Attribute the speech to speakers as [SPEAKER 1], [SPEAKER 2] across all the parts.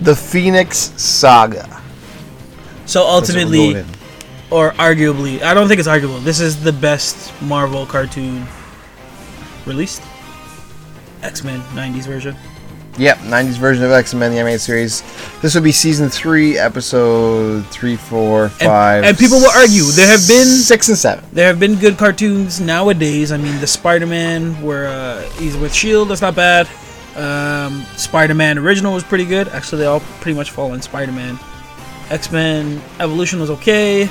[SPEAKER 1] The Phoenix Saga.
[SPEAKER 2] So
[SPEAKER 3] That's what we're
[SPEAKER 2] ultimately,
[SPEAKER 3] going in.
[SPEAKER 2] or arguably, I don't think it's arguable. This is the best Marvel cartoon released. X Men '90s version.
[SPEAKER 1] Yep, 90s version of X Men, the animated series. This would be season 3, episode 3, 4, 5.
[SPEAKER 2] and people will argue, there have been-
[SPEAKER 1] 6 and 7.
[SPEAKER 2] There have been good cartoons nowadays. I mean, the Spider-Man where uh, he's with Shield. That's not bad. Um, Spider-Man original was pretty good. Actually, they all pretty much fall in Spider-Man. X-Men Evolution was okay.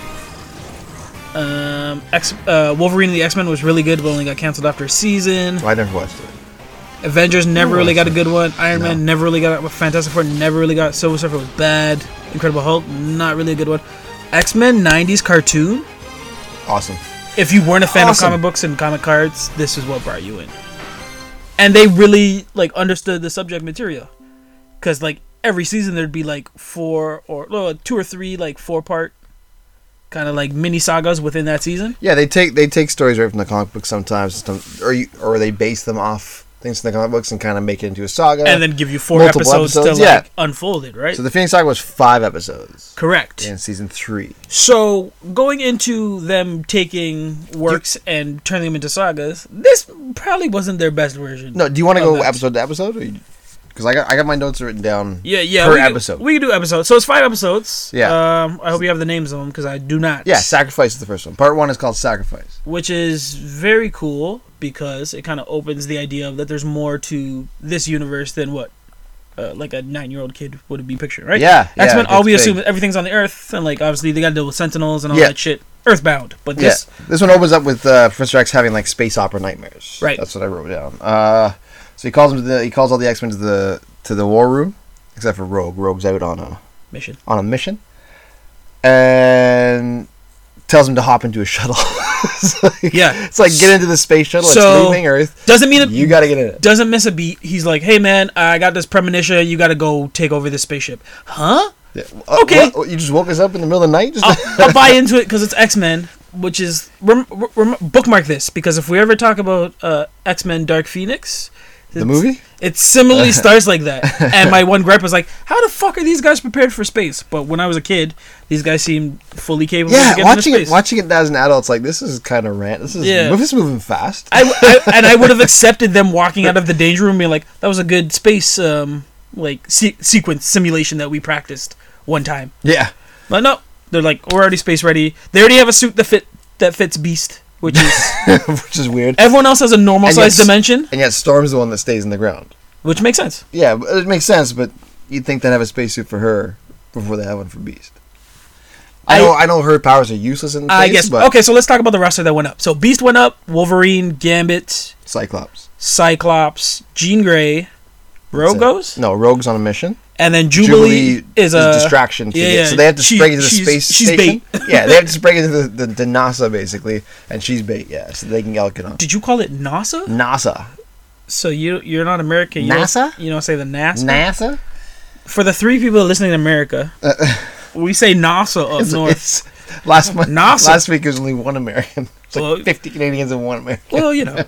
[SPEAKER 2] Um, X uh, Wolverine and the X-Men was really good, but only got canceled after a season.
[SPEAKER 1] Well, I never watched it.
[SPEAKER 2] Avengers never really got a good one. Iron
[SPEAKER 1] No.
[SPEAKER 2] Man never really got a Fantastic Four never really got Silver Surfer was bad. Incredible Hulk not really a good one. X-Men 90s cartoon
[SPEAKER 1] Awesome.
[SPEAKER 2] if you weren't a fan
[SPEAKER 1] Awesome.
[SPEAKER 2] of comic books and comic cards, this is what brought you in. And they really like understood the subject material, because like every season there'd be like four or well, two or three like four part kind of like mini sagas within that season.
[SPEAKER 1] Yeah, they take they take stories right from the comic book sometimes, some- or you, or they base them off things in the comic books and kind of make it into a saga.
[SPEAKER 2] And then give you four
[SPEAKER 1] Multiple
[SPEAKER 2] episodes,
[SPEAKER 1] episodes,
[SPEAKER 2] to
[SPEAKER 1] yeah.
[SPEAKER 2] like unfold it, right?
[SPEAKER 1] so the Phoenix Saga was five episodes
[SPEAKER 2] Correct.
[SPEAKER 1] in season three.
[SPEAKER 2] So going into them taking works and turning them into sagas, this probably wasn't their best version.
[SPEAKER 1] No, do you want to
[SPEAKER 2] Oh,
[SPEAKER 1] go
[SPEAKER 2] that's-
[SPEAKER 1] episode to episode? Because I got I got my notes written down.
[SPEAKER 2] Yeah, yeah.
[SPEAKER 1] Per
[SPEAKER 2] we could-
[SPEAKER 1] episode.
[SPEAKER 2] we can do episodes. So it's five episodes.
[SPEAKER 1] Yeah.
[SPEAKER 2] Um, I hope you have the names of them because I do not.
[SPEAKER 1] Yeah, sacrifice is the first one. Part one is called sacrifice.
[SPEAKER 2] Which is very cool because it kind of opens the idea of that there's more to this universe than what. Uh, like a nine-year-old kid would be picturing, right?
[SPEAKER 1] Yeah, yeah,
[SPEAKER 2] X Men.
[SPEAKER 1] it
[SPEAKER 2] all
[SPEAKER 1] gets
[SPEAKER 2] we
[SPEAKER 1] big.
[SPEAKER 2] assume is everything's on the Earth, and like obviously they got to deal with Sentinels and all
[SPEAKER 1] Yeah.
[SPEAKER 2] that shit. Earthbound, but this
[SPEAKER 1] yeah, this one opens up with uh, Professor X having like space opera nightmares.
[SPEAKER 2] Right.
[SPEAKER 1] That's what I wrote down. Uh, so he calls him to the, he calls all the X Men to the to the war room, except for Rogue. Rogue's out on a
[SPEAKER 2] mission.
[SPEAKER 1] on a mission, and tells him to hop into a shuttle. it's like,
[SPEAKER 2] Yeah.
[SPEAKER 1] it's like get into the space shuttle.
[SPEAKER 2] So-
[SPEAKER 1] it's leaving Earth.
[SPEAKER 2] Doesn't mean it
[SPEAKER 1] You got to get in it.
[SPEAKER 2] doesn't miss a beat. He's like, "Hey man, I got this premonition. You got to go take over this spaceship, huh?"
[SPEAKER 1] Yeah. Uh,
[SPEAKER 2] Okay. Uh,
[SPEAKER 1] what? you just woke us up in the middle of the night. Just
[SPEAKER 2] I'll, I'll buy into it because it's X Men, which is rem- rem- bookmark this because if we ever talk about uh, X Men Dark Phoenix,
[SPEAKER 1] the movie.
[SPEAKER 2] it similarly starts like that. And my one gripe was like, how the fuck are these guys prepared for space? But when I was a kid, these guys seemed fully capable. of
[SPEAKER 1] Yeah,
[SPEAKER 2] getting
[SPEAKER 1] watching
[SPEAKER 2] into
[SPEAKER 1] it
[SPEAKER 2] space.
[SPEAKER 1] watching it as an adult, it's like this is kind of rant. This is
[SPEAKER 2] Yeah.
[SPEAKER 1] this is moving fast.
[SPEAKER 2] I, I- and I would have accepted them walking out of the danger room, being like, that was a good space um like se- sequence simulation that we practiced one time.
[SPEAKER 1] yeah.
[SPEAKER 2] But no, they're like, we're already space ready. They already have a suit that fit that fits Beast, which is.
[SPEAKER 1] which is weird.
[SPEAKER 2] Everyone else has a normal
[SPEAKER 1] And yes-
[SPEAKER 2] size dimension,
[SPEAKER 1] And yet, Storm's the one that stays in the ground.
[SPEAKER 2] which makes sense.
[SPEAKER 1] Yeah, but it makes sense. But you'd think they'd have a spacesuit for her before they have one for Beast. I,
[SPEAKER 2] I-
[SPEAKER 1] know. I know her powers are useless in space,
[SPEAKER 2] I guess.
[SPEAKER 1] but
[SPEAKER 2] okay, so let's talk about the roster that went up. So Beast went up, Wolverine, Gambit,
[SPEAKER 1] Cyclops.
[SPEAKER 2] Cyclops, Jean Grey,
[SPEAKER 1] That's
[SPEAKER 2] Rogue
[SPEAKER 1] it.
[SPEAKER 2] goes,
[SPEAKER 1] No, Rogue's on a mission.
[SPEAKER 2] and then Jubilee, is a
[SPEAKER 1] distraction. To
[SPEAKER 2] yeah,
[SPEAKER 1] yeah,
[SPEAKER 2] yeah,
[SPEAKER 1] So they have to
[SPEAKER 2] she-
[SPEAKER 1] break into the
[SPEAKER 2] she's-
[SPEAKER 1] space
[SPEAKER 2] she's
[SPEAKER 1] station. yeah, they have to break into the, the, the NASA basically, and she's bait. Yeah, so they can all get on.
[SPEAKER 2] Did you call it NASA?
[SPEAKER 1] NASA,
[SPEAKER 2] So you you're not American. You
[SPEAKER 1] NASA?
[SPEAKER 2] Don't, you don't say the NASA.
[SPEAKER 1] NASA.
[SPEAKER 2] For the three people listening in America, we say NASA up
[SPEAKER 1] It's-
[SPEAKER 2] north.
[SPEAKER 1] it's- last month,
[SPEAKER 2] NASA.
[SPEAKER 1] last week, there was only one American. It's like
[SPEAKER 2] Well-
[SPEAKER 1] fifty Canadians and one American.
[SPEAKER 2] Well, you know.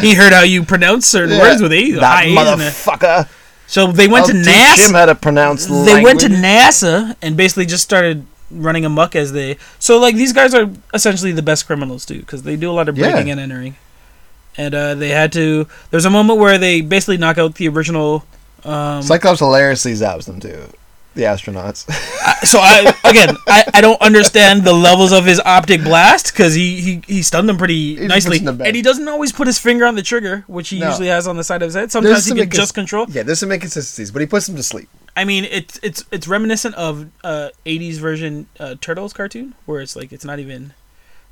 [SPEAKER 2] He heard how you pronounce certain words with E, a
[SPEAKER 1] That
[SPEAKER 2] high A's in there.
[SPEAKER 1] motherfucker.
[SPEAKER 2] uh, So they went
[SPEAKER 1] I'll
[SPEAKER 2] to
[SPEAKER 1] teach
[SPEAKER 2] NASA.
[SPEAKER 1] him how to pronounce
[SPEAKER 2] they went to
[SPEAKER 1] language.
[SPEAKER 2] NASA and basically just started running amok as they. So like these guys are essentially the best criminals too because they do a lot of
[SPEAKER 1] Yeah.
[SPEAKER 2] breaking and entering, and uh, they had to. There's a moment where they basically knock out the original. Um,
[SPEAKER 1] Cyclops hilariously zaps them too. The astronauts.
[SPEAKER 2] so I again I, I don't understand the levels of his optic blast because he, he he stunned them pretty
[SPEAKER 1] puts
[SPEAKER 2] nicely
[SPEAKER 1] in the back.
[SPEAKER 2] and he doesn't always put his finger on the trigger which he
[SPEAKER 1] No.
[SPEAKER 2] usually has on the side of his head sometimes he
[SPEAKER 1] some
[SPEAKER 2] can
[SPEAKER 1] incons-
[SPEAKER 2] just control
[SPEAKER 1] yeah, there's some inconsistencies, but he puts them to sleep.
[SPEAKER 2] I mean, it's it's it's reminiscent of uh, '80s version uh, Turtles cartoon, where it's like it's not even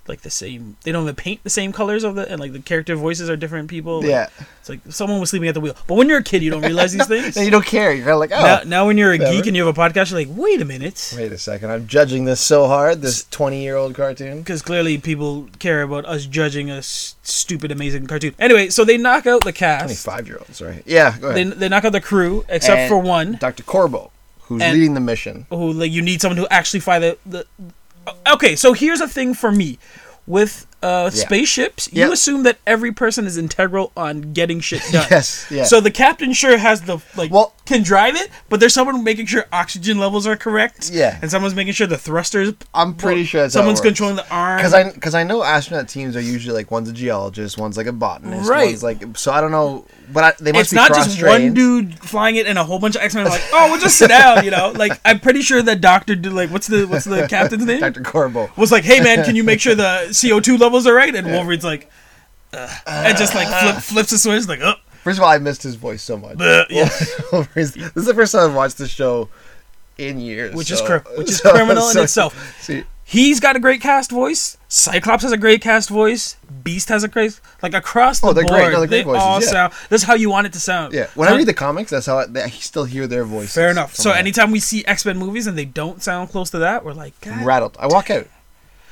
[SPEAKER 2] like the same. They don't even paint the same colors of the, and like the character voices are different people. Like,
[SPEAKER 1] Yeah.
[SPEAKER 2] it's like someone was sleeping at the wheel. But when you're a kid, you don't realize these things.
[SPEAKER 1] And you don't care. You're kind of like, oh,
[SPEAKER 2] now, now, when you're a geek
[SPEAKER 1] whatever.
[SPEAKER 2] and you have a podcast, you're like, wait a minute,
[SPEAKER 1] wait a second. I'm judging this so hard. This 20 year old cartoon.
[SPEAKER 2] because clearly people care about us judging a s- stupid, amazing cartoon. Anyway, so they knock out the cast.
[SPEAKER 1] 25 year old, sorry. Yeah, go
[SPEAKER 2] They,
[SPEAKER 1] ahead.
[SPEAKER 2] they knock out the crew, except
[SPEAKER 1] And
[SPEAKER 2] for one.
[SPEAKER 1] Dr. Corbo, who's
[SPEAKER 2] And-
[SPEAKER 1] leading the mission.
[SPEAKER 2] who like you need someone to actually find the, the okay so here's a thing for me with uh,
[SPEAKER 1] Yeah.
[SPEAKER 2] spaceships,
[SPEAKER 1] Yep.
[SPEAKER 2] you assume that every person is integral on getting shit done.
[SPEAKER 1] Yes, yeah.
[SPEAKER 2] So the captain sure has the like
[SPEAKER 1] Well-
[SPEAKER 2] can drive it, but there's someone making sure oxygen levels are correct.
[SPEAKER 1] Yeah.
[SPEAKER 2] and someone's making sure the thrusters.
[SPEAKER 1] I'm pretty sure that's how it
[SPEAKER 2] someone's
[SPEAKER 1] works.
[SPEAKER 2] controlling the arm.
[SPEAKER 1] Because I because I know astronaut teams are usually like one's a geologist, one's like a botanist,
[SPEAKER 2] Right.
[SPEAKER 1] one's like so I don't know, but I, they must
[SPEAKER 2] it's
[SPEAKER 1] be
[SPEAKER 2] not just one
[SPEAKER 1] cross-trained.
[SPEAKER 2] dude flying it and a whole bunch of X Men like, oh, we'll just sit down, you know. Like I'm pretty sure that Doctor did like what's the what's the captain's name?
[SPEAKER 1] Dr. Corbo.
[SPEAKER 2] was like, "Hey man, can you make sure the CO2 levels are right?" And Wolverine's like, Ugh. and just like
[SPEAKER 1] Uh.
[SPEAKER 2] flip, flips the switch, like, "Oh,
[SPEAKER 1] First of all, I missed his voice so much.
[SPEAKER 2] bleh," yeah.
[SPEAKER 1] this is the first time I've watched the show in years,
[SPEAKER 2] which is
[SPEAKER 1] so-
[SPEAKER 2] cri- which is
[SPEAKER 1] so-
[SPEAKER 2] criminal
[SPEAKER 1] so-
[SPEAKER 2] in itself."
[SPEAKER 1] See,
[SPEAKER 2] He's got a great cast voice. Cyclops has a great cast voice. Beast has a great like across the
[SPEAKER 1] Oh, they're
[SPEAKER 2] board.
[SPEAKER 1] great. No, they're
[SPEAKER 2] they
[SPEAKER 1] great voices,
[SPEAKER 2] all
[SPEAKER 1] yeah.
[SPEAKER 2] sound. That's how you want it to sound.
[SPEAKER 1] yeah, when I
[SPEAKER 2] Sound-
[SPEAKER 1] read the comics, that's how I, I still hear their voices.
[SPEAKER 2] fair enough.
[SPEAKER 1] from
[SPEAKER 2] So
[SPEAKER 1] that.
[SPEAKER 2] anytime we see X Men movies and they don't sound close to that, we're like,
[SPEAKER 1] I'm
[SPEAKER 2] God.
[SPEAKER 1] rattled. I walk out.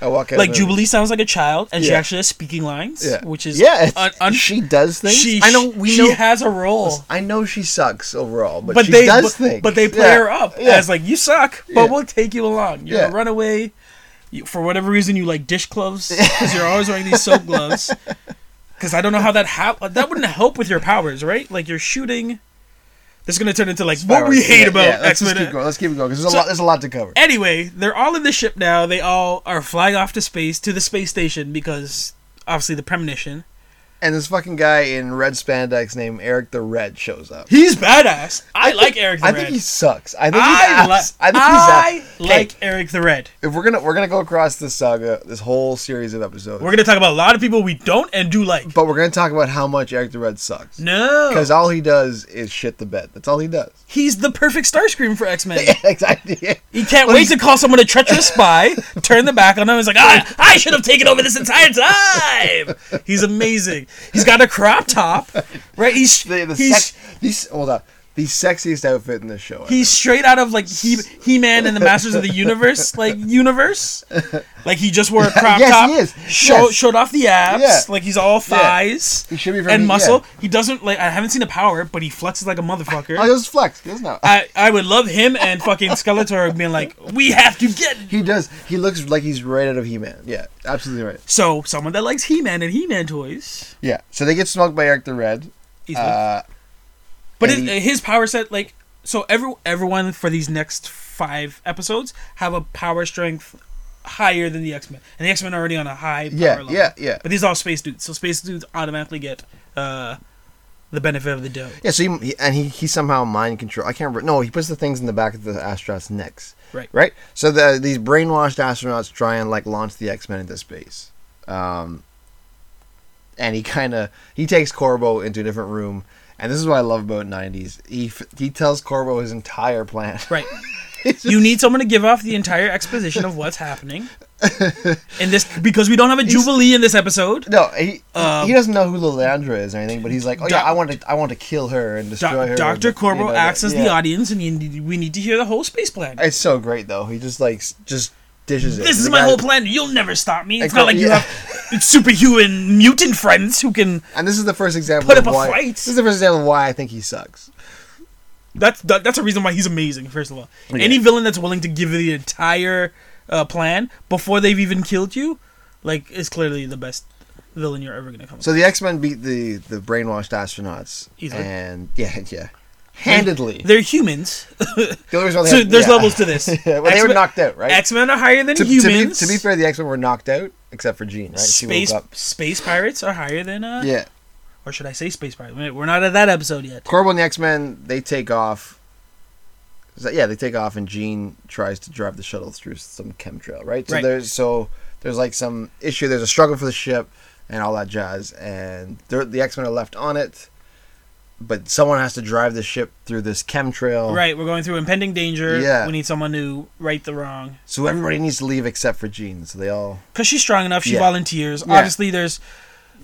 [SPEAKER 1] I walk out.
[SPEAKER 2] Like
[SPEAKER 1] of-
[SPEAKER 2] Jubilee sounds like a child, and she
[SPEAKER 1] Yeah.
[SPEAKER 2] actually has speaking lines,
[SPEAKER 1] Yeah.
[SPEAKER 2] which is
[SPEAKER 1] yeah.
[SPEAKER 2] un-
[SPEAKER 1] it's-
[SPEAKER 2] un-
[SPEAKER 1] she does things.
[SPEAKER 2] she
[SPEAKER 1] I know. We
[SPEAKER 2] she
[SPEAKER 1] know.
[SPEAKER 2] has a role.
[SPEAKER 1] I know she sucks overall, but,
[SPEAKER 2] but
[SPEAKER 1] she
[SPEAKER 2] they
[SPEAKER 1] does
[SPEAKER 2] but,
[SPEAKER 1] things.
[SPEAKER 2] but they play
[SPEAKER 1] Yeah.
[SPEAKER 2] her up
[SPEAKER 1] Yeah.
[SPEAKER 2] as like you suck, but
[SPEAKER 1] Yeah.
[SPEAKER 2] we'll take you along. You're
[SPEAKER 1] Yeah.
[SPEAKER 2] a runaway. You, for whatever reason, you like dish gloves because you're always wearing these soap gloves. Because I don't know how that hap- that wouldn't help with your powers, right? Like you're shooting. This is gonna turn into like what we
[SPEAKER 1] Fireworks.
[SPEAKER 2] hate
[SPEAKER 1] Yeah,
[SPEAKER 2] about uh,
[SPEAKER 1] yeah, let's
[SPEAKER 2] X
[SPEAKER 1] just
[SPEAKER 2] Men.
[SPEAKER 1] keep going. Let's keep it going because there's
[SPEAKER 2] So-
[SPEAKER 1] a lot. There's a lot to cover.
[SPEAKER 2] Anyway, they're all in the ship now. They all are flying off to space to the space station because obviously the premonition.
[SPEAKER 1] And this fucking guy in red spandex named Eric the Red shows up.
[SPEAKER 2] He's badass. I, like Eric the
[SPEAKER 1] I
[SPEAKER 2] Red.
[SPEAKER 1] think he sucks. I think he's
[SPEAKER 2] I, li-
[SPEAKER 1] ass. I think he's ass.
[SPEAKER 2] I
[SPEAKER 1] Hey,
[SPEAKER 2] like Eric the Red.
[SPEAKER 1] if we're gonna we're gonna go across this saga, this whole series of episodes,
[SPEAKER 2] We're gonna talk about a lot of people we don't and do like.
[SPEAKER 1] but we're gonna talk about how much Eric the Red sucks.
[SPEAKER 2] No,
[SPEAKER 1] Because all he does is shit the bed. That's all he does.
[SPEAKER 2] he's the perfect Starscream for X Men.
[SPEAKER 1] exactly.
[SPEAKER 2] He can't wait to call someone a treacherous spy, turn the back on him. He's like, ah, I should have taken over this entire time. He's amazing. He's got a crop top, right? He's
[SPEAKER 1] The, the
[SPEAKER 2] he's
[SPEAKER 1] sex, these, hold on. The sexiest outfit in this show.
[SPEAKER 2] he's straight out of like he He Man and the Masters of the Universe like universe. Like he just wore a crop
[SPEAKER 1] Yes,
[SPEAKER 2] top.
[SPEAKER 1] he is.
[SPEAKER 2] Show,
[SPEAKER 1] Yes.
[SPEAKER 2] Showed off the abs.
[SPEAKER 1] Yeah.
[SPEAKER 2] Like he's all thighs
[SPEAKER 1] He should be from
[SPEAKER 2] and
[SPEAKER 1] yeah.
[SPEAKER 2] muscle. He doesn't like. I haven't seen the power, but he flexes like a motherfucker.
[SPEAKER 1] Oh, he does flex. He does not.
[SPEAKER 2] I, I would love him and fucking Skeletor being like, we have to get.
[SPEAKER 1] He does. He looks like he's right out of He-Man. Yeah, absolutely right.
[SPEAKER 2] So someone that likes He Man and He Man toys,
[SPEAKER 1] Yeah. So they get smoked by Eric the Red.
[SPEAKER 2] he's like-
[SPEAKER 1] Uh,
[SPEAKER 2] but
[SPEAKER 1] and
[SPEAKER 2] his,
[SPEAKER 1] he-
[SPEAKER 2] his power set like so every everyone for these next five episodes have a power strength higher than the X Men, and the X Men are already on a high power
[SPEAKER 1] yeah,
[SPEAKER 2] level.
[SPEAKER 1] yeah, yeah.
[SPEAKER 2] But these are all space dudes, so space dudes automatically get uh, the benefit of the doubt.
[SPEAKER 1] Yeah, so he, he- and he, he somehow mind control. I can't remember. No, he puts the things in the back of the astronauts' necks.
[SPEAKER 2] Right.
[SPEAKER 1] Right. So the these brainwashed astronauts try and like launch the X Men into space. Um, and he kind of he takes Corbo into a different room, and this is what I love about '90s. He f- he tells Corbo his entire plan.
[SPEAKER 2] Right.
[SPEAKER 1] It's just-
[SPEAKER 2] You need someone to give off the entire exposition of what's happening in this because we don't have a Jubilee in this episode.
[SPEAKER 1] No, he
[SPEAKER 2] Um,
[SPEAKER 1] he doesn't know who Lilandra is or anything, but he's like, oh yeah,
[SPEAKER 2] Doc-
[SPEAKER 1] I want to I want to kill her and destroy her.
[SPEAKER 2] Doctor
[SPEAKER 1] and, you
[SPEAKER 2] Corbo
[SPEAKER 1] know,
[SPEAKER 2] acts as the
[SPEAKER 1] yeah.
[SPEAKER 2] audience, and you need, we need to hear the whole space plan.
[SPEAKER 1] It's so great though. He just like s- just dishes it.
[SPEAKER 2] this is
[SPEAKER 1] The
[SPEAKER 2] my
[SPEAKER 1] guy-
[SPEAKER 2] whole plan. You'll never stop me. It's
[SPEAKER 1] Exactly,
[SPEAKER 2] not like you
[SPEAKER 1] yeah.
[SPEAKER 2] have superhuman mutant friends who can.
[SPEAKER 1] And this is the first example
[SPEAKER 2] Put
[SPEAKER 1] of
[SPEAKER 2] up a
[SPEAKER 1] why.
[SPEAKER 2] fight.
[SPEAKER 1] This is the first example of why I think he sucks.
[SPEAKER 2] That's that, that's a reason why he's amazing. First of all,
[SPEAKER 1] Yeah.
[SPEAKER 2] any villain that's willing to give you the entire uh, plan before they've even killed you, like, is clearly the best villain you're ever gonna come.
[SPEAKER 1] So the X Men beat the the brainwashed astronauts,
[SPEAKER 2] Easily.
[SPEAKER 1] and yeah, yeah, handedly.
[SPEAKER 2] They're humans.
[SPEAKER 1] The only reason why they
[SPEAKER 2] So
[SPEAKER 1] had-
[SPEAKER 2] there's
[SPEAKER 1] yeah.
[SPEAKER 2] levels to this.
[SPEAKER 1] Yeah, well, they were
[SPEAKER 2] X-Men-
[SPEAKER 1] knocked out, right?
[SPEAKER 2] X Men are higher than
[SPEAKER 1] to, to be,
[SPEAKER 2] humans.
[SPEAKER 1] to be fair, the X Men were knocked out except for Jean, right?
[SPEAKER 2] space space pirates are higher than uh,
[SPEAKER 1] Yeah,
[SPEAKER 2] or should I say space pirates? Wait, We're not at that episode yet.
[SPEAKER 1] Corbo and the X Men they take off. Is that- yeah, they take off, and Jean tries to drive the shuttle through some chemtrail, right? So
[SPEAKER 2] Right.
[SPEAKER 1] there's so there's like some issue. There's a struggle for the ship and all that jazz, and they're- the X Men are left on it, but someone has to drive the ship through this chemtrail.
[SPEAKER 2] Right, we're going through impending danger.
[SPEAKER 1] Oh. Yeah.
[SPEAKER 2] We need someone to right the wrong.
[SPEAKER 1] So everybody needs to leave except for Jean. So they all
[SPEAKER 2] Because she's strong enough, she
[SPEAKER 1] Yeah.
[SPEAKER 2] volunteers.
[SPEAKER 1] Yeah.
[SPEAKER 2] Obviously, there's.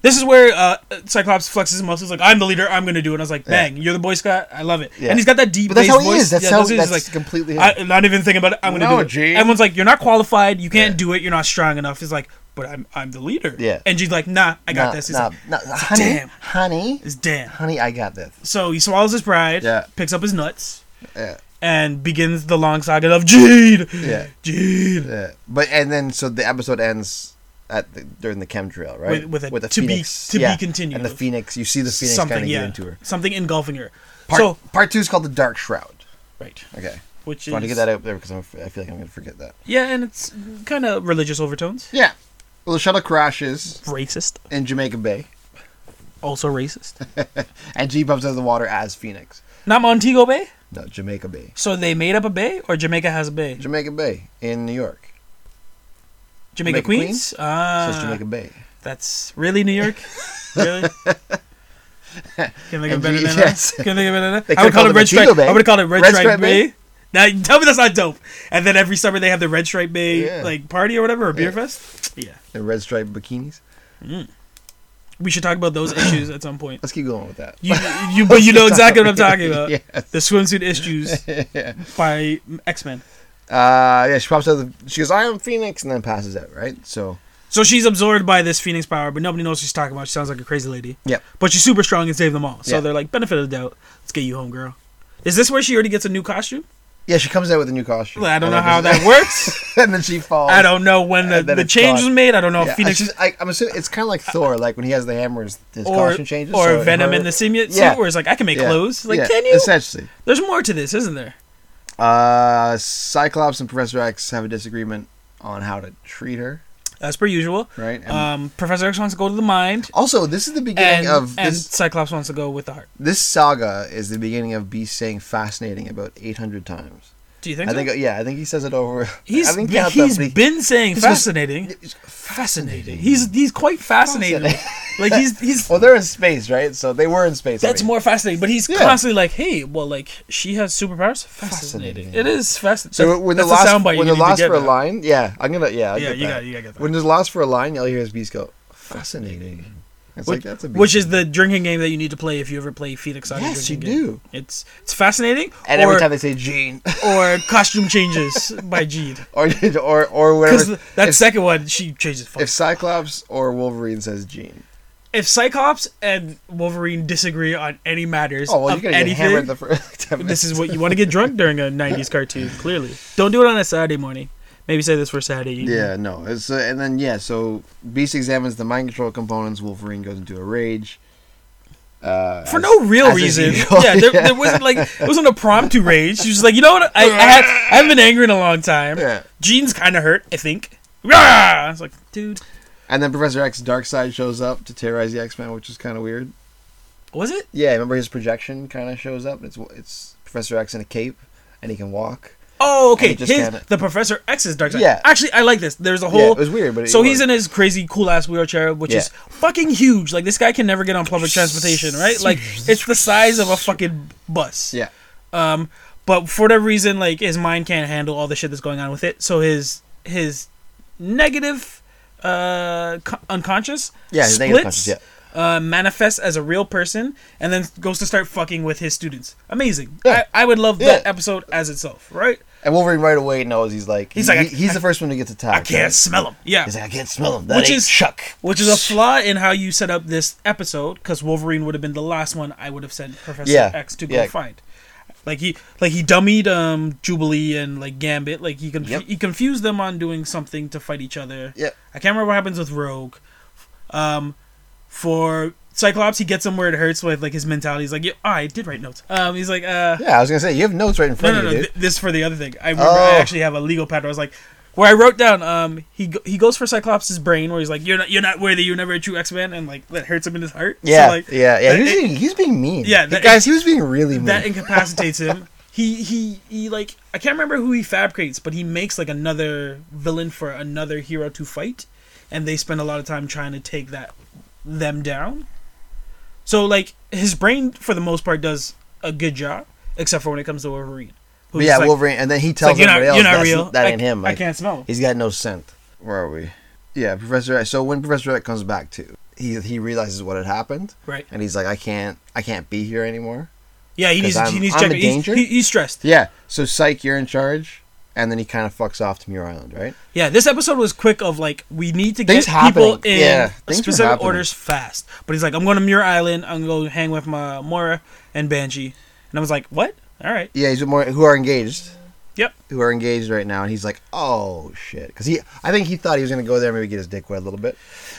[SPEAKER 2] This is where uh, Cyclops flexes his muscles, like, I'm the leader, I'm going to do it. And I was like, bang, you're the Boy Scout, I love it.
[SPEAKER 1] Yeah.
[SPEAKER 2] And he's got that deep
[SPEAKER 1] But that's
[SPEAKER 2] bass
[SPEAKER 1] how he
[SPEAKER 2] voice.
[SPEAKER 1] is. That's
[SPEAKER 2] yeah,
[SPEAKER 1] how-
[SPEAKER 2] he's
[SPEAKER 1] that's
[SPEAKER 2] like,
[SPEAKER 1] completely him.
[SPEAKER 2] I, Not even thinking about it, I'm going to
[SPEAKER 1] No,
[SPEAKER 2] do it.
[SPEAKER 1] Gene.
[SPEAKER 2] Everyone's like, you're not qualified, you can't
[SPEAKER 1] Yeah.
[SPEAKER 2] do it, you're not strong enough. He's like, but I'm, I'm the leader.
[SPEAKER 1] Yeah.
[SPEAKER 2] And she's like, nah, I got
[SPEAKER 1] Nah,
[SPEAKER 2] this. He's
[SPEAKER 1] nah,
[SPEAKER 2] like,
[SPEAKER 1] nah, honey,
[SPEAKER 2] "Damn."
[SPEAKER 1] honey,
[SPEAKER 2] it's damn.
[SPEAKER 1] honey, I got this.
[SPEAKER 2] So he swallows his pride,
[SPEAKER 1] Yeah.
[SPEAKER 2] picks up his nuts,
[SPEAKER 1] Yeah.
[SPEAKER 2] and begins the long saga of Gene.
[SPEAKER 1] Yeah.
[SPEAKER 2] Gene.
[SPEAKER 1] Yeah. But and then so the episode ends at the, during the chemtrail, right?
[SPEAKER 2] With- with a to be- to be continued.
[SPEAKER 1] And the phoenix, you see the phoenix
[SPEAKER 2] something,
[SPEAKER 1] kind of
[SPEAKER 2] yeah,
[SPEAKER 1] get into her.
[SPEAKER 2] something engulfing her.
[SPEAKER 1] Part,
[SPEAKER 2] so
[SPEAKER 1] part two is called the Dark Shroud.
[SPEAKER 2] right,
[SPEAKER 1] Okay,
[SPEAKER 2] which
[SPEAKER 1] I
[SPEAKER 2] is
[SPEAKER 1] want to get that out there because I'm, af- I feel like I'm going to forget that.
[SPEAKER 2] yeah, and it's kind of religious overtones.
[SPEAKER 1] Yeah. Well, the shuttle crashes
[SPEAKER 2] Racist,
[SPEAKER 1] in Jamaica Bay,
[SPEAKER 2] also racist.
[SPEAKER 1] and G pops out of the water as Phoenix.
[SPEAKER 2] Not Montego Bay.
[SPEAKER 1] No, Jamaica Bay.
[SPEAKER 2] So they made up a bay, or Jamaica has a bay.
[SPEAKER 1] Jamaica
[SPEAKER 2] Jamaica,
[SPEAKER 1] Bay in New York. Jamaica
[SPEAKER 2] Queens.
[SPEAKER 1] Queens? So
[SPEAKER 2] Ah,
[SPEAKER 1] it's Jamaica Bay.
[SPEAKER 2] that's really New York. really. Can they get
[SPEAKER 1] And
[SPEAKER 2] better
[SPEAKER 1] you-
[SPEAKER 2] than
[SPEAKER 1] yes.
[SPEAKER 2] that? Can they get better than
[SPEAKER 1] They
[SPEAKER 2] that? I
[SPEAKER 1] could've
[SPEAKER 2] would call
[SPEAKER 1] called it
[SPEAKER 2] it Red
[SPEAKER 1] Montego
[SPEAKER 2] Stripe.
[SPEAKER 1] Bay.
[SPEAKER 2] I would call it Red,
[SPEAKER 1] Red
[SPEAKER 2] Stripe,
[SPEAKER 1] Stripe
[SPEAKER 2] Bay.
[SPEAKER 1] Bay.
[SPEAKER 2] Now you tell me that's not dope. And then every summer they have the Red Stripe Bay
[SPEAKER 1] Yeah.
[SPEAKER 2] like party or whatever, or beer
[SPEAKER 1] Yeah.
[SPEAKER 2] fest. Yeah,
[SPEAKER 1] And red striped bikinis.
[SPEAKER 2] we should talk about those issues at some point.
[SPEAKER 1] Let's keep going with that.
[SPEAKER 2] You, you, but you know exactly what I'm talking about.
[SPEAKER 1] Yes.
[SPEAKER 2] The swimsuit issues by X Men.
[SPEAKER 1] Uh, yeah, she pops out. Of the, she goes, "I am Phoenix," and then passes out. Right. So
[SPEAKER 2] So she's absorbed by this Phoenix power, but nobody knows what she's talking about. She sounds like a crazy lady.
[SPEAKER 1] Yep.
[SPEAKER 2] But she's super strong and saved them all. So
[SPEAKER 1] Yeah.
[SPEAKER 2] they're like, benefit of the doubt. Let's get you home, girl. Is this where she already gets a new costume?
[SPEAKER 1] yeah, she comes out with a new costume.
[SPEAKER 2] I don't know
[SPEAKER 1] And
[SPEAKER 2] how
[SPEAKER 1] then-
[SPEAKER 2] that works.
[SPEAKER 1] and then she falls.
[SPEAKER 2] I don't know when the,
[SPEAKER 1] And then
[SPEAKER 2] the
[SPEAKER 1] it's
[SPEAKER 2] change
[SPEAKER 1] gone.
[SPEAKER 2] was made. I don't know
[SPEAKER 1] Yeah,
[SPEAKER 2] if Phoenix
[SPEAKER 1] she's- I, I'm assuming it's kind of like Thor, like when he has the hammers, his
[SPEAKER 2] or,
[SPEAKER 1] costume changes.
[SPEAKER 2] or
[SPEAKER 1] so
[SPEAKER 2] Venom
[SPEAKER 1] her-
[SPEAKER 2] in the simu-
[SPEAKER 1] Yeah.
[SPEAKER 2] suit, where it's like, I can make
[SPEAKER 1] Yeah.
[SPEAKER 2] clothes. Like,
[SPEAKER 1] Yeah,
[SPEAKER 2] can you?
[SPEAKER 1] Essentially,
[SPEAKER 2] There's more to this, isn't there?
[SPEAKER 1] uh, Cyclops and Professor X have a disagreement on how to treat her.
[SPEAKER 2] As per usual.
[SPEAKER 1] Right, and-
[SPEAKER 2] Um, Professor X wants to go to the mind,
[SPEAKER 1] Also, this is the beginning
[SPEAKER 2] and,
[SPEAKER 1] of
[SPEAKER 2] and
[SPEAKER 1] this.
[SPEAKER 2] Cyclops wants to go with the heart.
[SPEAKER 1] This saga is the beginning of Beast saying "fascinating" about 800 times.
[SPEAKER 2] Do you think?
[SPEAKER 1] I
[SPEAKER 2] so?
[SPEAKER 1] think, uh, yeah, I think he says it over.
[SPEAKER 2] He's,
[SPEAKER 1] I think
[SPEAKER 2] he's
[SPEAKER 1] count them, but he-
[SPEAKER 2] been saying
[SPEAKER 1] This was-
[SPEAKER 2] fascinating.
[SPEAKER 1] it's
[SPEAKER 2] fascinating. He's he's quite fascinating. like he's he's
[SPEAKER 1] Well, they're in space, right? So they were in space. I
[SPEAKER 2] that's
[SPEAKER 1] mean.
[SPEAKER 2] more fascinating. But he's
[SPEAKER 1] Yeah.
[SPEAKER 2] constantly like, hey, well, like she has superpowers.
[SPEAKER 1] Fascinating.
[SPEAKER 2] Fascinating. It is fascinating.
[SPEAKER 1] So when they're
[SPEAKER 2] that's
[SPEAKER 1] lost,
[SPEAKER 2] a soundbite you
[SPEAKER 1] when they're
[SPEAKER 2] need to
[SPEAKER 1] lost
[SPEAKER 2] get
[SPEAKER 1] for a
[SPEAKER 2] now.
[SPEAKER 1] line, yeah, I'm gonna, yeah, I'll
[SPEAKER 2] Yeah,
[SPEAKER 1] get
[SPEAKER 2] you
[SPEAKER 1] that.
[SPEAKER 2] gotta- you gotta get that.
[SPEAKER 1] When there's lost for a line, all you hear is Beast go, "Fascinating." It's
[SPEAKER 2] Which,
[SPEAKER 1] like that's a Beast.
[SPEAKER 2] which is the drinking game that you need to play if you ever play Phoenix Saga.
[SPEAKER 1] Yes,
[SPEAKER 2] drinking
[SPEAKER 1] you
[SPEAKER 2] game.
[SPEAKER 1] do.
[SPEAKER 2] It's it's fascinating.
[SPEAKER 1] and
[SPEAKER 2] or,
[SPEAKER 1] every time they say Jean
[SPEAKER 2] or costume changes by Jeed.
[SPEAKER 1] or or or whatever,
[SPEAKER 2] Because that
[SPEAKER 1] if,
[SPEAKER 2] second one, she changes. Fuck.
[SPEAKER 1] if Cyclops or Wolverine says Jean,
[SPEAKER 2] if Cyclops and Wolverine disagree on any matters
[SPEAKER 1] oh well,
[SPEAKER 2] of
[SPEAKER 1] you're gonna get
[SPEAKER 2] anything,
[SPEAKER 1] hammered the first time.
[SPEAKER 2] this is what you want to get drunk during a 90s cartoon clearly don't do it on a saturday morning maybe say this for saturday evening.
[SPEAKER 1] Yeah, no. It's uh, and then yeah, so Beast examines the mind control components. Wolverine goes into a rage. Uh,
[SPEAKER 2] for
[SPEAKER 1] as-
[SPEAKER 2] no real
[SPEAKER 1] as is
[SPEAKER 2] reason
[SPEAKER 1] usual.
[SPEAKER 2] yeah there, there wasn't like it wasn't a promptu rage she was just like you know what i, I, had, I haven't been angry in a long time
[SPEAKER 1] Yeah.
[SPEAKER 2] jeans kind of hurt i think Rah! i was like dude
[SPEAKER 1] And then Professor X Dark Side shows up to terrorize the X Men, which is kind of weird.
[SPEAKER 2] was it
[SPEAKER 1] Yeah, remember his projection kind of shows up. and It's it's Professor X in a cape, and he can walk.
[SPEAKER 2] oh okay
[SPEAKER 1] And it just
[SPEAKER 2] his,
[SPEAKER 1] kinda-
[SPEAKER 2] the professor x's dark side
[SPEAKER 1] Yeah.
[SPEAKER 2] actually i like this there's a whole
[SPEAKER 1] Yeah, it was weird, but it
[SPEAKER 2] so he's
[SPEAKER 1] worked.
[SPEAKER 2] in his crazy cool ass wheelchair, which is fucking huge. Like this guy can never get on public transportation, right? Like it's the size of a fucking bus.
[SPEAKER 1] Yeah,
[SPEAKER 2] Um, but for whatever reason, like his mind can't handle all the shit that's going on with it. So his his negative uh co- unconscious
[SPEAKER 1] yeah, his negative punches. Yeah,
[SPEAKER 2] uh, manifests as a real person and then goes to start fucking with his students. Amazing.
[SPEAKER 1] Yeah.
[SPEAKER 2] I, I would love that
[SPEAKER 1] Yeah.
[SPEAKER 2] episode as itself, right?
[SPEAKER 1] and Wolverine right away knows he's like
[SPEAKER 2] He's
[SPEAKER 1] he's
[SPEAKER 2] like, I-
[SPEAKER 1] like he's the first one to get attacked.
[SPEAKER 2] I can't smell him. Yeah.
[SPEAKER 1] He's like I can't smell him. That
[SPEAKER 2] Which
[SPEAKER 1] ain't
[SPEAKER 2] is-
[SPEAKER 1] Chuck.
[SPEAKER 2] Which is a flaw in how you set up this episode, because Wolverine would have been the last one I would have sent Professor
[SPEAKER 1] Yeah,
[SPEAKER 2] X to go
[SPEAKER 1] yeah.
[SPEAKER 2] find. Like he, like he dummied um, Jubilee and like Gambit. Like he, conf-
[SPEAKER 1] Yep.
[SPEAKER 2] he confused them on doing something to fight each other.
[SPEAKER 1] Yep.
[SPEAKER 2] I can't remember what happens with Rogue. Um, for Cyclops, he gets him where it hurts with like his mentality. He's like, yeah, I did write notes. Um, he's like, uh,
[SPEAKER 1] Yeah, I was gonna say you have notes right in
[SPEAKER 2] no,
[SPEAKER 1] front
[SPEAKER 2] no,
[SPEAKER 1] of
[SPEAKER 2] no.
[SPEAKER 1] you,
[SPEAKER 2] Th-
[SPEAKER 1] dude.
[SPEAKER 2] this for the other thing. I remember I
[SPEAKER 1] Oh.
[SPEAKER 2] actually have a legal pad. Where I was like, where I wrote down. Um, he go- he goes for Cyclops' brain, where he's like, "You're not, you're not worthy. You're never a true X Man," and like that hurts him in his heart. So,
[SPEAKER 1] yeah,
[SPEAKER 2] like,
[SPEAKER 1] yeah, yeah,
[SPEAKER 2] that-
[SPEAKER 1] He was,
[SPEAKER 2] it-
[SPEAKER 1] being, he was being mean.
[SPEAKER 2] Yeah,
[SPEAKER 1] He-
[SPEAKER 2] that-
[SPEAKER 1] guys, he was being really mean.
[SPEAKER 2] that incapacitates him. He he he like I can't remember who he fabricates, but he makes like another villain for another hero to fight, and they spend a lot of time trying to take that them down. So like his brain for the most part does a good job, except for when it comes to Wolverine.
[SPEAKER 1] But
[SPEAKER 2] who's
[SPEAKER 1] yeah,
[SPEAKER 2] like-
[SPEAKER 1] Wolverine, and then he
[SPEAKER 2] it's
[SPEAKER 1] tells
[SPEAKER 2] like,
[SPEAKER 1] everybody
[SPEAKER 2] you're not,
[SPEAKER 1] else
[SPEAKER 2] you're
[SPEAKER 1] that's-
[SPEAKER 2] not real.
[SPEAKER 1] that
[SPEAKER 2] I-
[SPEAKER 1] ain't him.
[SPEAKER 2] I
[SPEAKER 1] Like,
[SPEAKER 2] can't smell. him.
[SPEAKER 1] He's got no scent. Where are we? Yeah, Professor X. So when Professor X comes back to, he he realizes what had happened,
[SPEAKER 2] Right.
[SPEAKER 1] and he's like, I can't, I can't be here anymore.
[SPEAKER 2] Yeah, he needs.
[SPEAKER 1] 'Cause
[SPEAKER 2] He
[SPEAKER 1] I'm-
[SPEAKER 2] needs
[SPEAKER 1] I'm
[SPEAKER 2] check.
[SPEAKER 1] a
[SPEAKER 2] He's,
[SPEAKER 1] danger?
[SPEAKER 2] he, he's stressed.
[SPEAKER 1] Yeah. So Psych, you're in charge, and then he kind of fucks off to Muir Island, right?
[SPEAKER 2] Yeah, this episode was quick. Of like, we need to get
[SPEAKER 1] Things
[SPEAKER 2] people
[SPEAKER 1] happening.
[SPEAKER 2] in
[SPEAKER 1] Yeah, things were
[SPEAKER 2] specific
[SPEAKER 1] happening.
[SPEAKER 2] orders fast. But he's like, I'm going to Muir Island. I'm going to hang with my Mora and Banshee. And I was like, what? All right.
[SPEAKER 1] Yeah, he's with more who are engaged.
[SPEAKER 2] Yep.
[SPEAKER 1] who are engaged right now, and he's like, "Oh shit," because he, I think he thought he was gonna go there, maybe get his dick wet a little bit,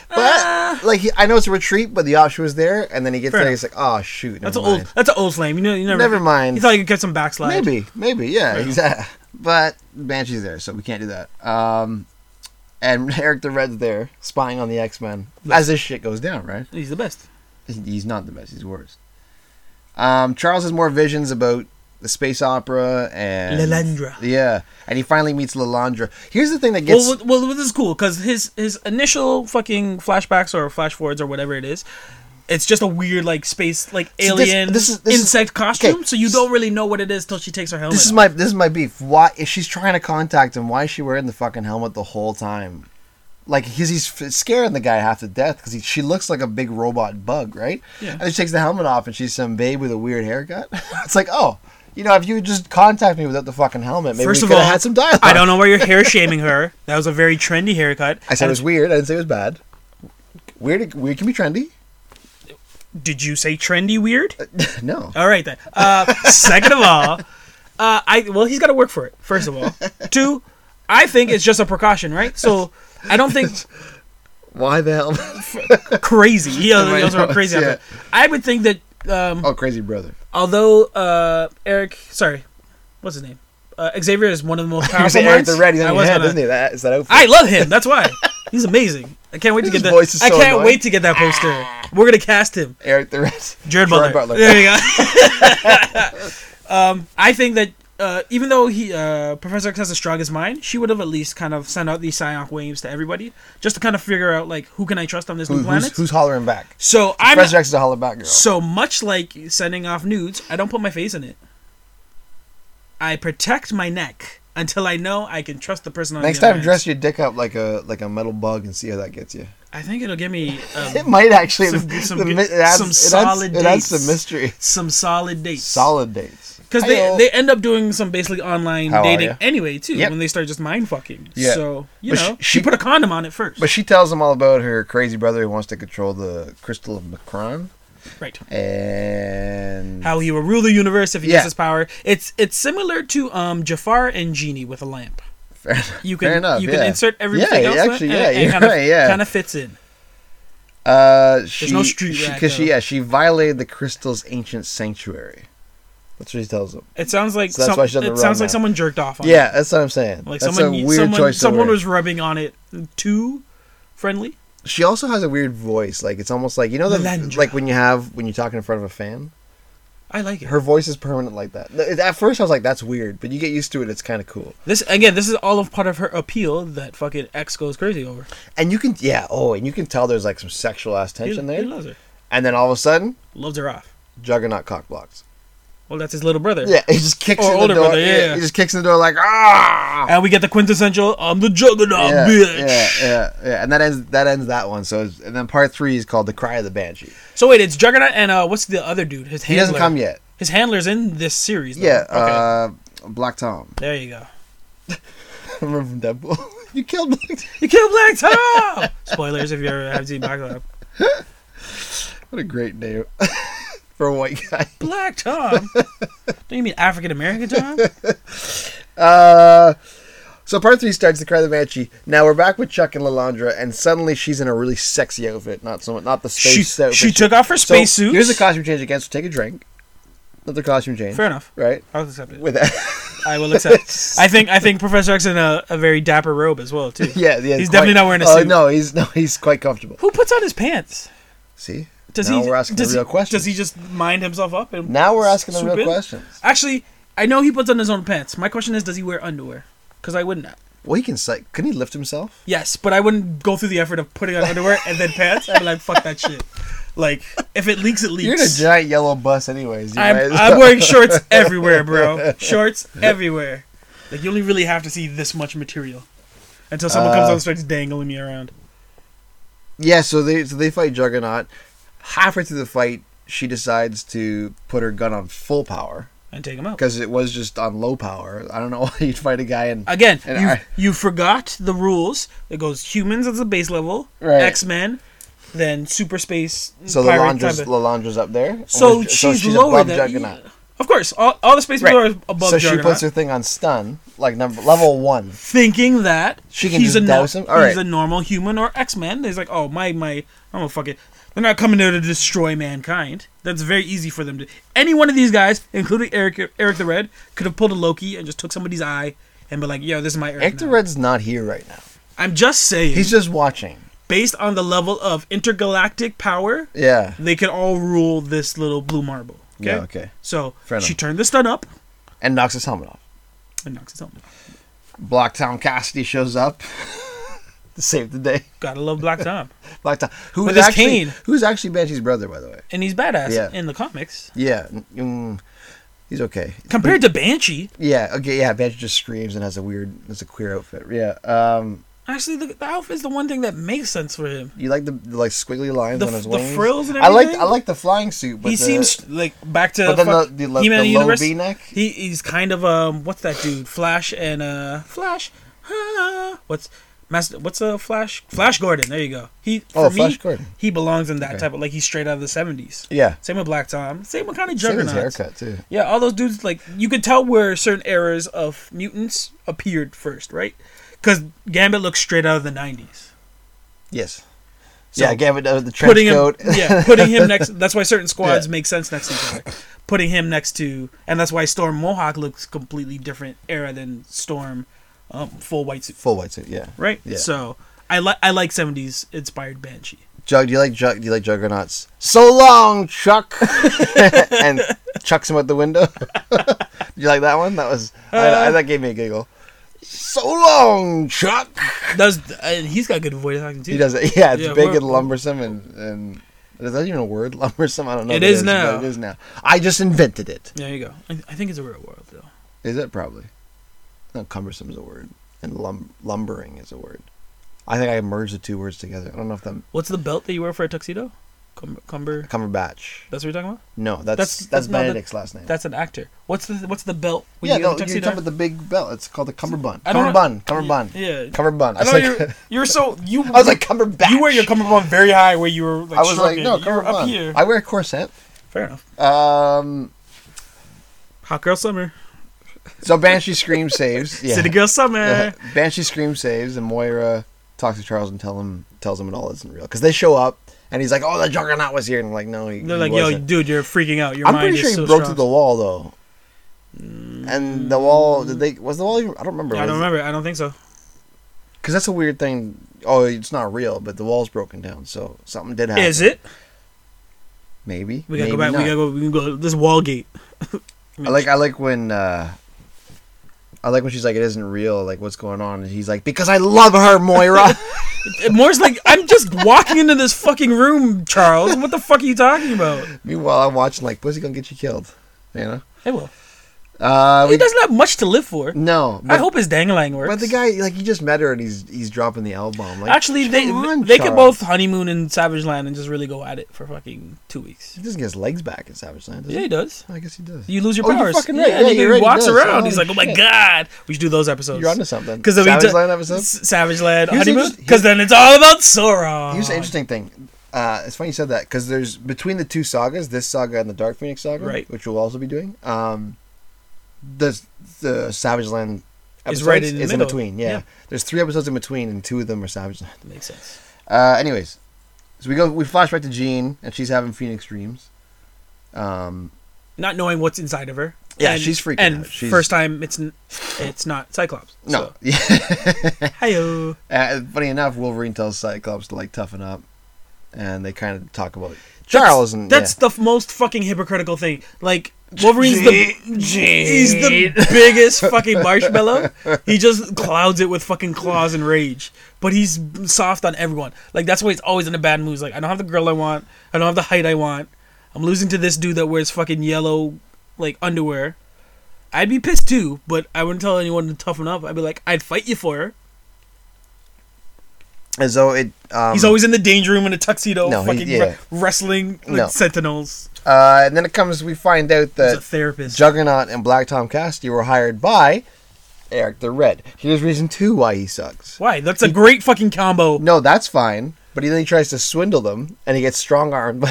[SPEAKER 1] but
[SPEAKER 2] Ah.
[SPEAKER 1] like, he, I know it's a retreat, but the option was there, and then he gets
[SPEAKER 2] Fair
[SPEAKER 1] there,
[SPEAKER 2] enough.
[SPEAKER 1] he's like, "Oh shoot,
[SPEAKER 2] That's
[SPEAKER 1] never
[SPEAKER 2] an old.
[SPEAKER 1] mind."
[SPEAKER 2] That's an old flame. You know. You never.
[SPEAKER 1] Never mind.
[SPEAKER 2] You thought you could get some backslide.
[SPEAKER 1] Maybe, maybe, yeah,
[SPEAKER 2] Yeah.
[SPEAKER 1] exactly. But Banshee's there, so we can't do that. Um, and Eric the Red's there, spying on the X Men as this shit goes down, right?
[SPEAKER 2] He's the best.
[SPEAKER 1] He- He's not the best; he's worse. Um, Charles has more visions about the space opera and
[SPEAKER 2] Lilandra.
[SPEAKER 1] Yeah, and he finally meets Lalandra. Here's the thing that gets
[SPEAKER 2] Well, well, well, this is cool because his his initial fucking flashbacks or flash forwards or whatever it is, it's just a weird like space like
[SPEAKER 1] So this-
[SPEAKER 2] alien
[SPEAKER 1] this is- this is-
[SPEAKER 2] insect costume.
[SPEAKER 1] okay.
[SPEAKER 2] So you don't really know what it is till she takes her helmet.
[SPEAKER 1] this is
[SPEAKER 2] off.
[SPEAKER 1] my this is my beef. Why if she's trying to contact him, why is she wearing the fucking helmet the whole time? Like he's, he's f- scaring the guy half to death because she looks like a big robot bug, right?
[SPEAKER 2] Yeah.
[SPEAKER 1] And then she takes the helmet off and she's some babe with a weird haircut. it's like, oh, you know, if you would just contact me without the fucking helmet, maybe
[SPEAKER 2] First
[SPEAKER 1] we
[SPEAKER 2] of
[SPEAKER 1] could
[SPEAKER 2] all,
[SPEAKER 1] have had some dialogue.
[SPEAKER 2] I don't know why you're hair shaming her. That was a very trendy haircut.
[SPEAKER 1] I said it
[SPEAKER 2] And
[SPEAKER 1] was weird. I didn't say it was bad. Weird, weird can be trendy.
[SPEAKER 2] Did you say trendy weird?
[SPEAKER 1] Uh, no,
[SPEAKER 2] All right then. Uh, second of all, uh, I well he's got to work for it. First of all, two, I think it's just a precaution, right? So I don't think
[SPEAKER 1] why the hell?
[SPEAKER 2] crazy. He yells, he yells about
[SPEAKER 1] notes,
[SPEAKER 2] crazy.
[SPEAKER 1] yeah.
[SPEAKER 2] after. I would think that um,
[SPEAKER 1] oh, crazy brother.
[SPEAKER 2] although uh, Eric, sorry, what's his name? Uh, Xavier is one of the most
[SPEAKER 1] You
[SPEAKER 2] powerful.
[SPEAKER 1] say Eric
[SPEAKER 2] minds.
[SPEAKER 1] the Red. He's
[SPEAKER 2] I
[SPEAKER 1] on your
[SPEAKER 2] was
[SPEAKER 1] head,
[SPEAKER 2] gonna-
[SPEAKER 1] isn't he? That is that outfit.
[SPEAKER 2] I love him. That's why he's amazing. I can't wait to
[SPEAKER 1] His
[SPEAKER 2] get that.
[SPEAKER 1] voice is
[SPEAKER 2] I
[SPEAKER 1] so
[SPEAKER 2] can't
[SPEAKER 1] annoying. Ah.
[SPEAKER 2] wait to get that poster. We're gonna cast him.
[SPEAKER 1] Eric the Red.
[SPEAKER 2] Jared Butler. There you go. um, I think that uh, even though he uh, Professor X has the strongest mind, she would have at least kind of sent out these psionic waves to everybody just to kind of figure out like who can I trust on this
[SPEAKER 1] Who-
[SPEAKER 2] new
[SPEAKER 1] who's,
[SPEAKER 2] planet.
[SPEAKER 1] who's hollering back?
[SPEAKER 2] so I'm
[SPEAKER 1] Professor X is a holler back girl.
[SPEAKER 2] so much like sending off nudes. I don't put my face in it. I protect my neck until I know I can trust the person on
[SPEAKER 1] Next
[SPEAKER 2] the other
[SPEAKER 1] time,
[SPEAKER 2] end.
[SPEAKER 1] dress your dick up like a like a metal bug and see how that gets you.
[SPEAKER 2] I think it'll give me
[SPEAKER 1] It
[SPEAKER 2] um,
[SPEAKER 1] might actually
[SPEAKER 2] Some- some
[SPEAKER 1] the
[SPEAKER 2] good-
[SPEAKER 1] mi- it adds,
[SPEAKER 2] some
[SPEAKER 1] it adds-
[SPEAKER 2] solid
[SPEAKER 1] It adds
[SPEAKER 2] dates.
[SPEAKER 1] some mystery.
[SPEAKER 2] some solid dates.
[SPEAKER 1] Solid dates
[SPEAKER 2] because they,
[SPEAKER 1] Ayo.
[SPEAKER 2] they end up doing some basically online
[SPEAKER 1] How are
[SPEAKER 2] dating
[SPEAKER 1] ya?
[SPEAKER 2] anyway too
[SPEAKER 1] Yep.
[SPEAKER 2] when they start just mind fucking.
[SPEAKER 1] Yeah.
[SPEAKER 2] So you
[SPEAKER 1] But
[SPEAKER 2] know
[SPEAKER 1] she-
[SPEAKER 2] she,
[SPEAKER 1] she-
[SPEAKER 2] put a condom on it first.
[SPEAKER 1] But she tells him all about her crazy brother who wants to control the crystal of Macron
[SPEAKER 2] right.
[SPEAKER 1] and
[SPEAKER 2] How he will rule the universe if he
[SPEAKER 1] Yeah.
[SPEAKER 2] gets his power. It's it's similar to um Jafar and Genie with a lamp.
[SPEAKER 1] fair, enough-
[SPEAKER 2] You can
[SPEAKER 1] fair enough,
[SPEAKER 2] you
[SPEAKER 1] yeah.
[SPEAKER 2] can insert everything
[SPEAKER 1] yeah,
[SPEAKER 2] else.
[SPEAKER 1] Actually,
[SPEAKER 2] and,
[SPEAKER 1] yeah,
[SPEAKER 2] and
[SPEAKER 1] you're
[SPEAKER 2] kind of,
[SPEAKER 1] right. Yeah,
[SPEAKER 2] kind of fits in.
[SPEAKER 1] Uh, she,
[SPEAKER 2] no street
[SPEAKER 1] she,
[SPEAKER 2] rat,
[SPEAKER 1] cause she,
[SPEAKER 2] though.
[SPEAKER 1] yeah, she violated the crystal's ancient sanctuary. That's what she tells him.
[SPEAKER 2] It sounds like
[SPEAKER 1] So that's
[SPEAKER 2] some-
[SPEAKER 1] why she's on the
[SPEAKER 2] it
[SPEAKER 1] wrong
[SPEAKER 2] sounds like
[SPEAKER 1] now.
[SPEAKER 2] someone jerked off on it.
[SPEAKER 1] Yeah, that's what I'm saying.
[SPEAKER 2] Like
[SPEAKER 1] that's
[SPEAKER 2] someone
[SPEAKER 1] a weird
[SPEAKER 2] someone
[SPEAKER 1] choice. of
[SPEAKER 2] someone
[SPEAKER 1] words.
[SPEAKER 2] was rubbing on it too friendly.
[SPEAKER 1] she also has a weird voice. Like it's almost like you know the
[SPEAKER 2] Melandra.
[SPEAKER 1] like when you have when you talk in front of a fan.
[SPEAKER 2] I like it.
[SPEAKER 1] Her voice is permanent like that. Th- At first, I was like, "That's weird," but you get used to it. It's kind of cool.
[SPEAKER 2] this again, this is all of part of her appeal that fucking X goes crazy over.
[SPEAKER 1] And you can, yeah, oh, and you can tell there's like some sexual ass
[SPEAKER 2] He,
[SPEAKER 1] tension
[SPEAKER 2] he
[SPEAKER 1] there.
[SPEAKER 2] loves her.
[SPEAKER 1] And then all of a sudden,
[SPEAKER 2] Loves her off.
[SPEAKER 1] Juggernaut cock blocks.
[SPEAKER 2] Well, that's his little brother.
[SPEAKER 1] Yeah, he just kicks
[SPEAKER 2] Or
[SPEAKER 1] in
[SPEAKER 2] older
[SPEAKER 1] the door.
[SPEAKER 2] brother, yeah, yeah.
[SPEAKER 1] he just kicks in the door like ah.
[SPEAKER 2] And we get the quintessential "I'm the juggernaut,
[SPEAKER 1] Yeah,
[SPEAKER 2] Oh, bitch."
[SPEAKER 1] yeah, yeah, yeah, and that ends that ends that one. So, it's, and then part three is called the Cry of the Banshee.
[SPEAKER 2] So wait, it's Juggernaut and uh, what's the other dude? His
[SPEAKER 1] He
[SPEAKER 2] handler.
[SPEAKER 1] doesn't come yet.
[SPEAKER 2] His handler's in this series. Though.
[SPEAKER 1] Yeah,
[SPEAKER 2] Okay.
[SPEAKER 1] uh, Black Tom.
[SPEAKER 2] there you go.
[SPEAKER 1] Remember from Deadpool? you killed Black Tom.
[SPEAKER 2] You killed Black Tom. Spoilers if you ever have seen Black Tom.
[SPEAKER 1] What a great name for a white guy.
[SPEAKER 2] Black Tom. Don't you mean African American Tom?
[SPEAKER 1] Uh, so part three starts the cry of the banshee. Now we're back with Chuck and Lalandra, and suddenly she's in a really sexy outfit. Not so much, not the
[SPEAKER 2] she
[SPEAKER 1] space outfit.
[SPEAKER 2] she took off her
[SPEAKER 1] So
[SPEAKER 2] spacesuit.
[SPEAKER 1] Here's a costume change again. So take a drink. Another costume change.
[SPEAKER 2] Fair enough.
[SPEAKER 1] Right.
[SPEAKER 2] I'll accept it.
[SPEAKER 1] With that.
[SPEAKER 2] I will accept. I think I think Professor X in a, a very dapper robe as well too.
[SPEAKER 1] yeah, yeah.
[SPEAKER 2] He's definitely not wearing a
[SPEAKER 1] oh,
[SPEAKER 2] suit.
[SPEAKER 1] no, he's no, he's quite comfortable.
[SPEAKER 2] Who puts on his pants?
[SPEAKER 1] See.
[SPEAKER 2] Does
[SPEAKER 1] now
[SPEAKER 2] he?
[SPEAKER 1] We're asking
[SPEAKER 2] does
[SPEAKER 1] the real
[SPEAKER 2] he,
[SPEAKER 1] questions.
[SPEAKER 2] Does he just mind himself up and
[SPEAKER 1] now we're asking the
[SPEAKER 2] swoop
[SPEAKER 1] real
[SPEAKER 2] in?
[SPEAKER 1] questions.
[SPEAKER 2] Actually, I know he puts on his own pants. My question is, does he wear underwear? Because I wouldn't.
[SPEAKER 1] Well, he can psych. Can he lift himself?
[SPEAKER 2] Yes, but I wouldn't go through the effort of putting on underwear and then pants. I'd be like, fuck that shit. Like, if it leaks, it leaks.
[SPEAKER 1] You're in a giant yellow bus, anyways. You might
[SPEAKER 2] I'm,
[SPEAKER 1] as
[SPEAKER 2] I'm
[SPEAKER 1] well-
[SPEAKER 2] wearing shorts everywhere, bro. Shorts everywhere. Like, you only really have to see this much material until someone comes
[SPEAKER 1] Uh,
[SPEAKER 2] on and starts dangling me around.
[SPEAKER 1] Yeah, so they so they fight Juggernaut. Halfway through the fight, she decides to put her gun on full power
[SPEAKER 2] And take him out.
[SPEAKER 1] because it was just on low power. I don't know why you'd fight a guy and
[SPEAKER 2] Again,
[SPEAKER 1] And
[SPEAKER 2] you,
[SPEAKER 1] I-
[SPEAKER 2] you forgot the rules. It goes humans as the base level,
[SPEAKER 1] Right.
[SPEAKER 2] X Men, then super space.
[SPEAKER 1] so
[SPEAKER 2] pirate
[SPEAKER 1] Lalandra's
[SPEAKER 2] type of-
[SPEAKER 1] Lalandra's up there.
[SPEAKER 2] So
[SPEAKER 1] Or-
[SPEAKER 2] she's lower
[SPEAKER 1] above
[SPEAKER 2] than.
[SPEAKER 1] Juggernaut.
[SPEAKER 2] yeah. Of course, all, all the space people
[SPEAKER 1] Right.
[SPEAKER 2] are above
[SPEAKER 1] so she
[SPEAKER 2] Juggernaut.
[SPEAKER 1] puts her thing on stun, like number level one.
[SPEAKER 2] thinking that
[SPEAKER 1] She can
[SPEAKER 2] he's
[SPEAKER 1] just
[SPEAKER 2] a
[SPEAKER 1] douse him? All
[SPEAKER 2] he's
[SPEAKER 1] right.
[SPEAKER 2] a normal human or X Men. He's like, oh my my, I'm a fucking. They're not coming there to destroy mankind. That's very easy for them to. Any one of these guys, including Eric Eric the Red, could have pulled a Loki and just took somebody's eye and be like, yo, this is my Earth.
[SPEAKER 1] Eric the
[SPEAKER 2] now.
[SPEAKER 1] Red's not here right now.
[SPEAKER 2] I'm just saying,
[SPEAKER 1] He's just watching.
[SPEAKER 2] based on the level of intergalactic power,
[SPEAKER 1] Yeah.
[SPEAKER 2] they could all rule this little blue marble. Okay.
[SPEAKER 1] Yeah. Okay.
[SPEAKER 2] So
[SPEAKER 1] Fair enough.
[SPEAKER 2] she turned the stun up
[SPEAKER 1] And knocks his helmet off.
[SPEAKER 2] and knocks his helmet.
[SPEAKER 1] Black Tom Cassidy shows up to save the day.
[SPEAKER 2] Gotta love Black Tom,
[SPEAKER 1] Black Tom, who's
[SPEAKER 2] With his
[SPEAKER 1] actually
[SPEAKER 2] cane.
[SPEAKER 1] who's actually Banshee's brother, by the way.
[SPEAKER 2] and he's badass
[SPEAKER 1] Yeah.
[SPEAKER 2] in the comics
[SPEAKER 1] Yeah, mm, he's okay.
[SPEAKER 2] compared to Banshee.
[SPEAKER 1] Yeah, okay, yeah. Banshee just screams and has a weird, has a queer outfit. Yeah. Um,
[SPEAKER 2] Actually, the, the outfit is the one thing that makes sense for him.
[SPEAKER 1] you like the, the like squiggly lines
[SPEAKER 2] The
[SPEAKER 1] on
[SPEAKER 2] f-
[SPEAKER 1] his
[SPEAKER 2] the
[SPEAKER 1] wings?
[SPEAKER 2] frills and
[SPEAKER 1] I like
[SPEAKER 2] everything?
[SPEAKER 1] I like the flying suit. But
[SPEAKER 2] he
[SPEAKER 1] the-
[SPEAKER 2] seems like back to
[SPEAKER 1] but then
[SPEAKER 2] fuck-
[SPEAKER 1] the- the lo-
[SPEAKER 2] He-Man
[SPEAKER 1] the low
[SPEAKER 2] universe,
[SPEAKER 1] V-neck?
[SPEAKER 2] He he's kind of um what's that dude? Flash and uh Flash. Ah, what's Master, what's a Flash? Flash Gordon. There you go. He for
[SPEAKER 1] Oh,
[SPEAKER 2] me,
[SPEAKER 1] Flash Gordon.
[SPEAKER 2] He belongs in that
[SPEAKER 1] Okay.
[SPEAKER 2] type of like he's straight out of the seventies.
[SPEAKER 1] Yeah.
[SPEAKER 2] Same with Black Tom. Same with kind of
[SPEAKER 1] Same with
[SPEAKER 2] Juggernaut.
[SPEAKER 1] his haircut too.
[SPEAKER 2] Yeah, all those dudes like you could tell where certain eras of mutants appeared first, right? Because Gambit looks straight out of the nineties.
[SPEAKER 1] Yes.
[SPEAKER 2] So,
[SPEAKER 1] yeah, Gambit does uh, the trench
[SPEAKER 2] putting him,
[SPEAKER 1] coat.
[SPEAKER 2] yeah, putting him next. That's why certain squads
[SPEAKER 1] Yeah.
[SPEAKER 2] make sense next to each other. Putting him next to, and that's why Storm Mohawk looks completely different era than Storm, um, full white suit,
[SPEAKER 1] Full white suit. Yeah.
[SPEAKER 2] right?
[SPEAKER 1] Yeah.
[SPEAKER 2] So I like I like seventies inspired Banshee.
[SPEAKER 1] Jug, do you like Jug? Do you like Juggernauts? So long, Chuck, and chucks him out the window. do you like that one? That was I, I,
[SPEAKER 2] Uh,
[SPEAKER 1] that gave me a giggle. So long, Chuck.
[SPEAKER 2] Does and he's got good voice acting too.
[SPEAKER 1] He does it. Yeah, it's
[SPEAKER 2] Yeah,
[SPEAKER 1] big
[SPEAKER 2] we're-
[SPEAKER 1] and lumbersome, and and is that even a word? Lumbersome? I don't know.
[SPEAKER 2] It
[SPEAKER 1] if
[SPEAKER 2] is
[SPEAKER 1] but
[SPEAKER 2] now.
[SPEAKER 1] It is now. I just invented it.
[SPEAKER 2] There you go. I, I think it's a real world though.
[SPEAKER 1] Is it probably? No, cumbersome is a word, and lum- lumbering is a word. I think I merged the two words together. I don't know if that
[SPEAKER 2] What's the belt that you wear for a tuxedo? Cum- Cumber.
[SPEAKER 1] Cumberbatch.
[SPEAKER 2] That's what you're talking about.
[SPEAKER 1] No, that's
[SPEAKER 2] That's-
[SPEAKER 1] that's,
[SPEAKER 2] that's not the-
[SPEAKER 1] Benedict's last name.
[SPEAKER 2] That's an actor. What's the what's the belt? when
[SPEAKER 1] yeah,
[SPEAKER 2] you get
[SPEAKER 1] no,
[SPEAKER 2] a
[SPEAKER 1] you're
[SPEAKER 2] tuxedo?
[SPEAKER 1] talking about the big belt. It's called the cummerbund.
[SPEAKER 2] I don't know.
[SPEAKER 1] Cummerbund. Cummerbund.
[SPEAKER 2] Yeah.
[SPEAKER 1] Cummerbund. I
[SPEAKER 2] I
[SPEAKER 1] was
[SPEAKER 2] know
[SPEAKER 1] like,
[SPEAKER 2] you're you're so you.
[SPEAKER 1] I was like cumberbatch.
[SPEAKER 2] You wear your cummerbund very high, where you were like.
[SPEAKER 1] I was like, no,
[SPEAKER 2] shrugging. You were
[SPEAKER 1] cummerbund.
[SPEAKER 2] up here.
[SPEAKER 1] I wear a corset.
[SPEAKER 2] Fair enough.
[SPEAKER 1] Um,
[SPEAKER 2] Hot girl summer.
[SPEAKER 1] so Banshee scream saves. Yeah.
[SPEAKER 2] City girl summer.
[SPEAKER 1] Yeah. Banshee scream saves, and Moira talks to Charles and tell him tells him it all isn't real because they show up, and he's like, "Oh, the Juggernaut was here," and I'm like, "No, he,
[SPEAKER 2] They're
[SPEAKER 1] he
[SPEAKER 2] like, yo,
[SPEAKER 1] wasn't.
[SPEAKER 2] dude, you're freaking out. Your
[SPEAKER 1] I'm
[SPEAKER 2] mind
[SPEAKER 1] pretty sure
[SPEAKER 2] is
[SPEAKER 1] he
[SPEAKER 2] so
[SPEAKER 1] broke
[SPEAKER 2] strong.
[SPEAKER 1] through the wall though." And the wall, did they was the wall? Even, I don't remember.
[SPEAKER 2] I don't remember. I don't think so.
[SPEAKER 1] because that's a weird thing. Oh, it's not real, but the wall's broken down, so something did happen.
[SPEAKER 2] Is it?
[SPEAKER 1] Maybe.
[SPEAKER 2] We gotta go
[SPEAKER 1] maybe
[SPEAKER 2] back. We
[SPEAKER 1] not.
[SPEAKER 2] gotta go. We can go. This wall gate.
[SPEAKER 1] I like I like when uh I like when she's like it isn't real, like what's going on and he's like because I love her, Moira.
[SPEAKER 2] And Moore's like, I'm just walking into this fucking room, Charles. What the fuck are you talking about?
[SPEAKER 1] Meanwhile, I'm watching like pussy gonna get you killed, you know.
[SPEAKER 2] Hey, well,
[SPEAKER 1] Uh
[SPEAKER 2] he
[SPEAKER 1] we,
[SPEAKER 2] doesn't have much to live for.
[SPEAKER 1] no,
[SPEAKER 2] I
[SPEAKER 1] but,
[SPEAKER 2] hope his dangling works.
[SPEAKER 1] but the guy like he just met her and he's he's dropping the L bomb. Like
[SPEAKER 2] Actually, they
[SPEAKER 1] come on,
[SPEAKER 2] they could
[SPEAKER 1] Charles.
[SPEAKER 2] both honeymoon in Savage Land and just really go at it for fucking two weeks.
[SPEAKER 1] He doesn't get his legs back in Savage Land. Does
[SPEAKER 2] Yeah, he does.
[SPEAKER 1] he? I guess he does.
[SPEAKER 2] You lose your
[SPEAKER 1] Oh, you're
[SPEAKER 2] powers.
[SPEAKER 1] fucking right.
[SPEAKER 2] Yeah,
[SPEAKER 1] Yeah,
[SPEAKER 2] and he
[SPEAKER 1] you're right, he
[SPEAKER 2] walks
[SPEAKER 1] does.
[SPEAKER 2] around.
[SPEAKER 1] Holy
[SPEAKER 2] He's like, oh my
[SPEAKER 1] shit.
[SPEAKER 2] god. We should do those episodes.
[SPEAKER 1] You're onto something.
[SPEAKER 2] Because then
[SPEAKER 1] Savage
[SPEAKER 2] we do-
[SPEAKER 1] Land episode.
[SPEAKER 2] S- Savage Land
[SPEAKER 1] Here's the
[SPEAKER 2] honeymoon.
[SPEAKER 1] interest-
[SPEAKER 2] Because then it's all about Sauron.
[SPEAKER 1] Here's an interesting thing. Uh, it's funny you said that because there's between the two sagas, this saga and the Dark Phoenix saga,
[SPEAKER 2] Right.
[SPEAKER 1] which we'll also be doing. Um, the the Savage Land
[SPEAKER 2] Is
[SPEAKER 1] episodes
[SPEAKER 2] right in the middle.
[SPEAKER 1] between. Yeah.
[SPEAKER 2] Yeah.
[SPEAKER 1] there's three episodes in between, and two of them are Savage Land.
[SPEAKER 2] Makes sense.
[SPEAKER 1] Uh, anyways, so we go we flash back to Jean, and she's having Phoenix dreams. Um,
[SPEAKER 2] Not knowing what's inside of her.
[SPEAKER 1] Yeah, she's freaking
[SPEAKER 2] And
[SPEAKER 1] out. She's-
[SPEAKER 2] first time, it's n- it's not Cyclops.
[SPEAKER 1] no,
[SPEAKER 2] So, Hiyo.
[SPEAKER 1] Uh, funny enough, Wolverine tells Cyclops to like toughen up, and they kind of talk about Charles and
[SPEAKER 2] That's the f- most fucking hypocritical thing. Like Wolverine's the he's the biggest fucking marshmallow. He just clouds it with fucking claws and rage. But he's soft on everyone. Like that's why he's always in a bad mood. He's like I don't have the girl I want. I don't have the height I want. I'm losing to this dude that wears fucking yellow like underwear. I'd be pissed too, but I wouldn't tell anyone to toughen up. I'd be like, I'd fight you for her.
[SPEAKER 1] yeah. as though it. Um,
[SPEAKER 2] He's always in the danger room in a tuxedo,
[SPEAKER 1] No, he-
[SPEAKER 2] fucking
[SPEAKER 1] yeah.
[SPEAKER 2] re- wrestling like,
[SPEAKER 1] No.
[SPEAKER 2] sentinels.
[SPEAKER 1] Uh, and then it comes, we find out
[SPEAKER 2] He's a
[SPEAKER 1] that
[SPEAKER 2] therapist.
[SPEAKER 1] Juggernaut and Black Tom Cassidy were hired by Eric the Red. Here's reason two why he sucks.
[SPEAKER 2] Why? That's a great fucking combo.
[SPEAKER 1] No, that's fine. But he then he tries to swindle them, and he gets strong armed.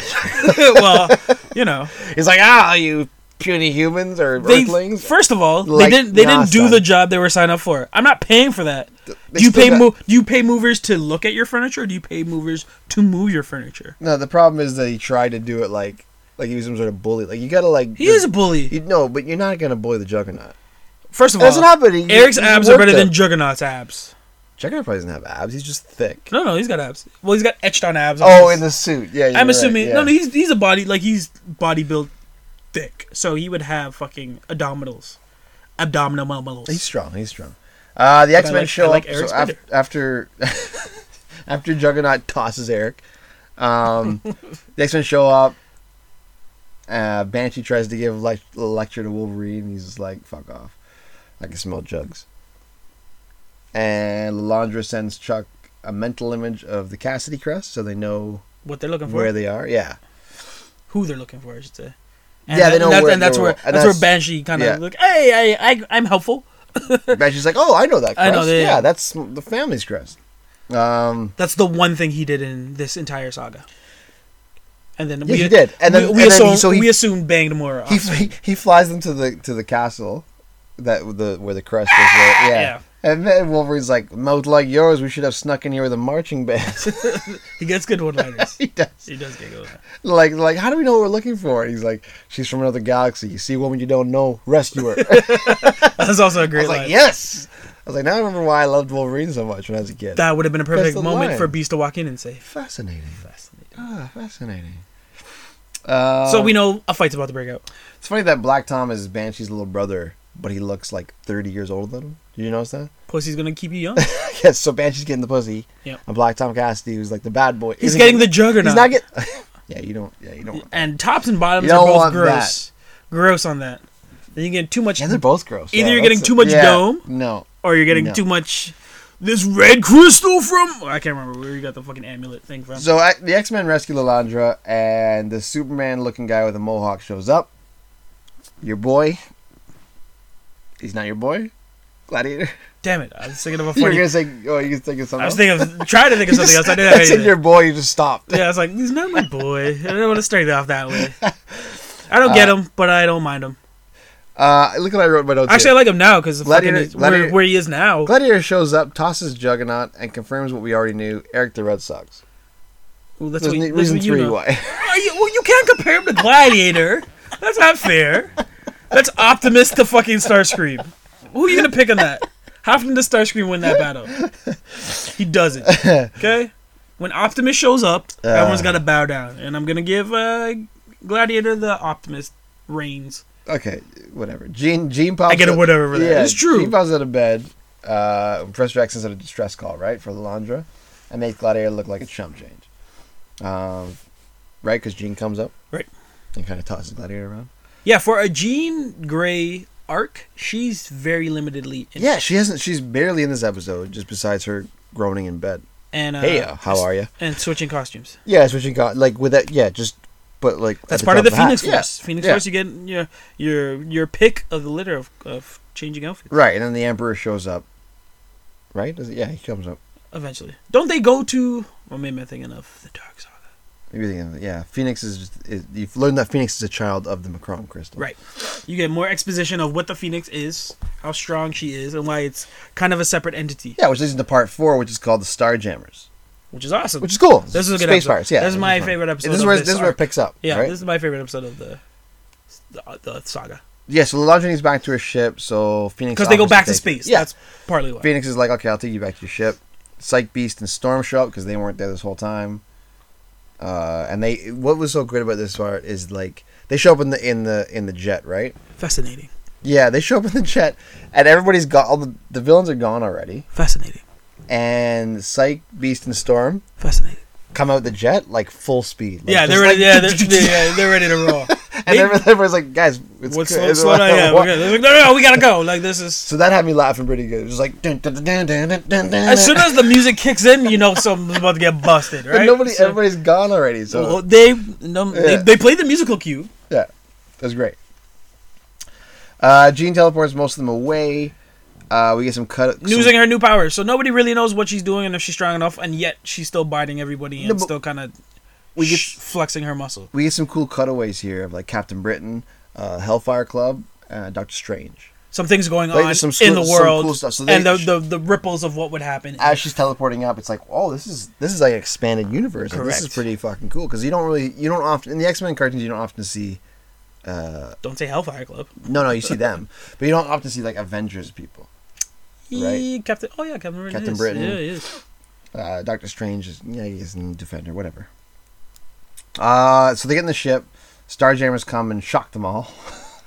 [SPEAKER 2] well, you know,
[SPEAKER 1] He's like, "Ah, you puny humans or
[SPEAKER 2] They,
[SPEAKER 1] Earthlings.
[SPEAKER 2] first of all,
[SPEAKER 1] Like,
[SPEAKER 2] they didn't they
[SPEAKER 1] nah,
[SPEAKER 2] didn't do
[SPEAKER 1] son.
[SPEAKER 2] the job they were signed up for. I'm not paying for that.
[SPEAKER 1] they
[SPEAKER 2] Do you
[SPEAKER 1] still
[SPEAKER 2] pay
[SPEAKER 1] got-
[SPEAKER 2] mo- do you pay movers to look at your furniture or do you pay movers to move your furniture?
[SPEAKER 1] No, the problem is that he tried to do it like like he was some sort of bully. Like you gotta like
[SPEAKER 2] He
[SPEAKER 1] just-
[SPEAKER 2] is a bully.
[SPEAKER 1] You, no, but you're not gonna bully the Juggernaut.
[SPEAKER 2] First of all,
[SPEAKER 1] That's what happened. He-
[SPEAKER 2] Eric's
[SPEAKER 1] he
[SPEAKER 2] abs are
[SPEAKER 1] worked
[SPEAKER 2] better than
[SPEAKER 1] it.
[SPEAKER 2] Juggernaut's abs.
[SPEAKER 1] Juggernaut probably doesn't have abs. He's just thick.
[SPEAKER 2] No, no, he's got abs. Well, he's got etched on abs.
[SPEAKER 1] Oh,
[SPEAKER 2] in
[SPEAKER 1] in the suit. Yeah, you're
[SPEAKER 2] I'm
[SPEAKER 1] right,
[SPEAKER 2] assuming
[SPEAKER 1] yeah.
[SPEAKER 2] no, no, he's he's a body like he's body built thick, so he would have fucking abdominals, abdominal muscles.
[SPEAKER 1] He's strong. He's strong. Uh, the X Men
[SPEAKER 2] like- I
[SPEAKER 1] show
[SPEAKER 2] like
[SPEAKER 1] up
[SPEAKER 2] Eric
[SPEAKER 1] so af- after after Juggernaut tosses Eric. Um, the X Men show up. Uh, Banshee tries to give lec- a lecture to Wolverine. He's just like, "Fuck off! I can smell jugs." And Lalandra sends Chuck a mental image of the Cassidy crest, so they know
[SPEAKER 2] what they're looking for,
[SPEAKER 1] where they are. Yeah,
[SPEAKER 2] who they're looking for, I should say. And
[SPEAKER 1] Yeah, they
[SPEAKER 2] that-
[SPEAKER 1] know
[SPEAKER 2] and that's,
[SPEAKER 1] where-
[SPEAKER 2] and that's
[SPEAKER 1] they
[SPEAKER 2] where
[SPEAKER 1] were- and
[SPEAKER 2] that's,
[SPEAKER 1] that's-
[SPEAKER 2] where Banshee kind of
[SPEAKER 1] yeah.
[SPEAKER 2] like, hey, I, I, I'm helpful.
[SPEAKER 1] Banshee's like, "Oh, I know that crest.
[SPEAKER 2] I know that,
[SPEAKER 1] yeah,
[SPEAKER 2] yeah.
[SPEAKER 1] that's the family's crest." Um,
[SPEAKER 2] That's the one thing he did in this entire saga. And then
[SPEAKER 1] Yeah,
[SPEAKER 2] we
[SPEAKER 1] he did. And then-
[SPEAKER 2] we,
[SPEAKER 1] and
[SPEAKER 2] we
[SPEAKER 1] then
[SPEAKER 2] assume,
[SPEAKER 1] he- so he-
[SPEAKER 2] we assume Bang Namora.
[SPEAKER 1] he,
[SPEAKER 2] off.
[SPEAKER 1] he he flies them to the to the castle that the where the crest is. Where, yeah.
[SPEAKER 2] Yeah.
[SPEAKER 1] And then Wolverine's like, mouth like yours, we should have snuck in here with a marching band.
[SPEAKER 2] he gets good one liners.
[SPEAKER 1] he does.
[SPEAKER 2] he does get good. one-liners.
[SPEAKER 1] Like, like, how do we know what we're looking for? And he's like, she's from another galaxy. You see a woman you don't know, rescue her. I
[SPEAKER 2] That's also a
[SPEAKER 1] was
[SPEAKER 2] great line.
[SPEAKER 1] like, yes. I was like, now I remember why I loved Wolverine so much when I was a kid.
[SPEAKER 2] That would have been a perfect
[SPEAKER 1] the
[SPEAKER 2] moment
[SPEAKER 1] line.
[SPEAKER 2] for Beast to walk in and say,
[SPEAKER 1] fascinating.
[SPEAKER 2] "Fascinating."
[SPEAKER 1] Ah, fascinating. Uh,
[SPEAKER 2] so we know a fight's about to break out.
[SPEAKER 1] it's funny that Black Tom is Banshee's little brother, but he looks like 30 years older than him. Did you notice that?
[SPEAKER 2] Pussy's gonna keep you young.
[SPEAKER 1] Yes, so Banshee's getting the pussy.
[SPEAKER 2] Yep.
[SPEAKER 1] And Black Tom Cassidy was like the bad boy.
[SPEAKER 2] He's
[SPEAKER 1] Isn't
[SPEAKER 2] getting
[SPEAKER 1] he-
[SPEAKER 2] the juggernaut.
[SPEAKER 1] He's not getting. yeah, you don't. Yeah, you don't. Want that.
[SPEAKER 2] and tops and bottoms
[SPEAKER 1] You
[SPEAKER 2] are
[SPEAKER 1] don't
[SPEAKER 2] both
[SPEAKER 1] want
[SPEAKER 2] gross. Gross on that. Then you get too much,
[SPEAKER 1] Yeah, they're both gross.
[SPEAKER 2] Either
[SPEAKER 1] Yeah,
[SPEAKER 2] you're getting
[SPEAKER 1] that's
[SPEAKER 2] too
[SPEAKER 1] it.
[SPEAKER 2] much
[SPEAKER 1] Yeah,
[SPEAKER 2] dome-
[SPEAKER 1] No.
[SPEAKER 2] or you're getting
[SPEAKER 1] No.
[SPEAKER 2] too much. This red crystal from I can't remember where you got the fucking amulet thing from.
[SPEAKER 1] So I, the X Men rescue Lalandra, and the Superman looking guy with a mohawk shows up. Your boy. He's not your boy. Gladiator.
[SPEAKER 2] Damn it! I was thinking of a
[SPEAKER 1] You were
[SPEAKER 2] funny.
[SPEAKER 1] gonna say. Oh, you were thinking something.
[SPEAKER 2] I was
[SPEAKER 1] else?
[SPEAKER 2] thinking of trying to think of
[SPEAKER 1] You
[SPEAKER 2] something
[SPEAKER 1] just-
[SPEAKER 2] else. I didn't
[SPEAKER 1] I
[SPEAKER 2] have
[SPEAKER 1] said
[SPEAKER 2] anything.
[SPEAKER 1] your boy. You just stopped.
[SPEAKER 2] Yeah, I was like, he's not my boy. I don't want to start it off that way. I don't get him, but I don't mind him.
[SPEAKER 1] Uh, look what I wrote in my notes.
[SPEAKER 2] Actually,
[SPEAKER 1] here.
[SPEAKER 2] I like him now because
[SPEAKER 1] Gladiator-
[SPEAKER 2] where,
[SPEAKER 1] Gladiator-
[SPEAKER 2] where he is now.
[SPEAKER 1] Gladiator shows up, tosses Juggernaut, and confirms what we already knew: Eric the Red Sox.
[SPEAKER 2] Well, that's
[SPEAKER 1] There's
[SPEAKER 2] what,
[SPEAKER 1] ne-
[SPEAKER 2] that's
[SPEAKER 1] reason
[SPEAKER 2] what you
[SPEAKER 1] three
[SPEAKER 2] know.
[SPEAKER 1] why.
[SPEAKER 2] Are you- well, you can't compare him to Gladiator. That's not fair. That's Optimus to fucking Starscream. Who are you gonna pick on that? How often does Starscream win that battle? He doesn't. Okay. When Optimus shows up,
[SPEAKER 1] Uh.
[SPEAKER 2] everyone's got to bow down, and I'm gonna give uh, Gladiator the Optimus reins.
[SPEAKER 1] Okay, whatever. Gene Gene pops.
[SPEAKER 2] I get a
[SPEAKER 1] out-
[SPEAKER 2] whatever for that. It's true.
[SPEAKER 1] Gene pops out of bed. Uh, Professor X sends out a distress call, right, for Lalandra, and make Gladiator look like a chump change. Um, right, because Gene comes up.
[SPEAKER 2] Right.
[SPEAKER 1] And kind of tosses Gladiator around.
[SPEAKER 2] Yeah, for a Jean Grey arc, she's very limitedly. In-
[SPEAKER 1] Yeah, she hasn't. She's barely in this episode, just besides her groaning in bed.
[SPEAKER 2] And uh,
[SPEAKER 1] hey, uh, how are you?
[SPEAKER 2] And switching costumes.
[SPEAKER 1] Yeah, that's what she got. Like with that. Yeah, just but like at
[SPEAKER 2] That's part of
[SPEAKER 1] top
[SPEAKER 2] the Phoenix
[SPEAKER 1] hat. Yeah,
[SPEAKER 2] Force. Phoenix
[SPEAKER 1] yeah.
[SPEAKER 2] Force, you get your your your pick of the litter of, of changing outfits.
[SPEAKER 1] Right, and then the Emperor shows up. Right? Does it, yeah, he comes up.
[SPEAKER 2] Eventually, don't they go to? Well, maybe I'm thinking of the Dark Saga.
[SPEAKER 1] Maybe they can- Yeah, Phoenix is, just, is. You've learned that Phoenix is a child of the Macron crystal.
[SPEAKER 2] Right. You get more exposition of what the Phoenix is, how strong she is, and why it's kind of a separate entity,
[SPEAKER 1] Yeah, which leads into part four, which is called the Starjammers,
[SPEAKER 2] which is awesome.
[SPEAKER 1] which is cool.
[SPEAKER 2] This is a good
[SPEAKER 1] space
[SPEAKER 2] episode.
[SPEAKER 1] pirates. Yeah,
[SPEAKER 2] This is my
[SPEAKER 1] fun.
[SPEAKER 2] favorite episode
[SPEAKER 1] This is
[SPEAKER 2] of
[SPEAKER 1] where
[SPEAKER 2] this
[SPEAKER 1] this is where
[SPEAKER 2] arc.
[SPEAKER 1] it picks up.
[SPEAKER 2] yeah,
[SPEAKER 1] right?
[SPEAKER 2] this is my favorite episode of the the, the saga
[SPEAKER 1] yeah. So Lalandra is back to her ship. So Phoenix
[SPEAKER 2] because they go
[SPEAKER 1] offers
[SPEAKER 2] back to
[SPEAKER 1] take-
[SPEAKER 2] space.
[SPEAKER 1] Yeah,
[SPEAKER 2] That's partly why.
[SPEAKER 1] Phoenix is like, okay, I'll take you back to your ship. Psych Beast and Storm show up because they weren't there this whole time. Uh, and they, what was so great about this part is like they show up in the in the in the jet, right?
[SPEAKER 2] Fascinating.
[SPEAKER 1] Yeah, they show up in the jet, and everybody's got all the the villains are gone already.
[SPEAKER 2] Fascinating.
[SPEAKER 1] And Psych, Beast, and Storm
[SPEAKER 2] Fascinating.
[SPEAKER 1] come out the jet like full speed. Like,
[SPEAKER 2] yeah,
[SPEAKER 1] just
[SPEAKER 2] they're ready.
[SPEAKER 1] like-
[SPEAKER 2] yeah, they're, they're, yeah, they're ready to roll.
[SPEAKER 1] and
[SPEAKER 2] They-
[SPEAKER 1] everyone- everyone's like, guys, it's
[SPEAKER 2] What's
[SPEAKER 1] good.
[SPEAKER 2] slow, slow down? Yeah, we're good. They're like, no, no, no, we gotta go. Like this is.
[SPEAKER 1] So that had me laughing pretty good. It was like dun, dun, dun, dun, dun, dun, dun, dun.
[SPEAKER 2] As soon as the music kicks in, you know something's about to get busted, right?
[SPEAKER 1] but nobody,
[SPEAKER 2] So-
[SPEAKER 1] everybody's gone already. So
[SPEAKER 2] Well, they, no, they
[SPEAKER 1] Yeah.
[SPEAKER 2] they played the musical cue.
[SPEAKER 1] Yeah, that was great. Uh, Jean teleports most of them away. Uh, we get some cut. some-
[SPEAKER 2] using her new powers. So nobody really knows what she's doing and if she's strong enough, and yet she's still biting everybody and
[SPEAKER 1] No, but-
[SPEAKER 2] still kind of
[SPEAKER 1] We get-
[SPEAKER 2] flexing her muscle.
[SPEAKER 1] we get some cool cutaways here of like Captain Britain. uh, Hellfire Club, uh, Doctor Strange.
[SPEAKER 2] Something's going
[SPEAKER 1] Like,
[SPEAKER 2] on
[SPEAKER 1] there's some
[SPEAKER 2] in the
[SPEAKER 1] cool- some
[SPEAKER 2] world,
[SPEAKER 1] cool stuff. So they-
[SPEAKER 2] and the, the the ripples of what would happen.
[SPEAKER 1] As she's teleporting up, it's like, oh, this is this is like an expanded universe. Like, this is
[SPEAKER 2] Correct.
[SPEAKER 1] pretty fucking cool because you don't really you don't often in the X Men cartoons you don't often see. Uh,
[SPEAKER 2] Don't say Hellfire Club.
[SPEAKER 1] no, no, you see them, but you don't often see like Avengers people. Right.
[SPEAKER 2] He- Captain. Oh yeah, Captain Britain.
[SPEAKER 1] Captain
[SPEAKER 2] is.
[SPEAKER 1] Britain.
[SPEAKER 2] Yeah, he is.
[SPEAKER 1] uh, Doctor Strange is yeah, he's in Defender, whatever. Uh, so they get in the ship. Starjammers come and shock them all.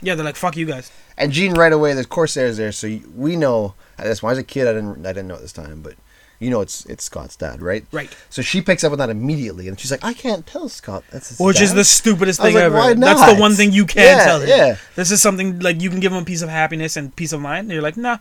[SPEAKER 2] Yeah, they're like fuck you guys.
[SPEAKER 1] And Jean right away, there's Corsairs there, so you- we know at this point. As a kid, I didn't I didn't know at this time, but you know it's it's Scott's dad, right?
[SPEAKER 2] Right.
[SPEAKER 1] So she picks up on that immediately, and she's like, "I can't tell Scott that's his
[SPEAKER 2] Which is
[SPEAKER 1] dad."
[SPEAKER 2] the stupidest
[SPEAKER 1] I was
[SPEAKER 2] thing
[SPEAKER 1] like,
[SPEAKER 2] ever.
[SPEAKER 1] why
[SPEAKER 2] That's
[SPEAKER 1] not?
[SPEAKER 2] the one thing you can
[SPEAKER 1] Yeah,
[SPEAKER 2] tell him.
[SPEAKER 1] yeah.
[SPEAKER 2] This is something like you can give him a piece of happiness and peace of mind. And you're like, nah.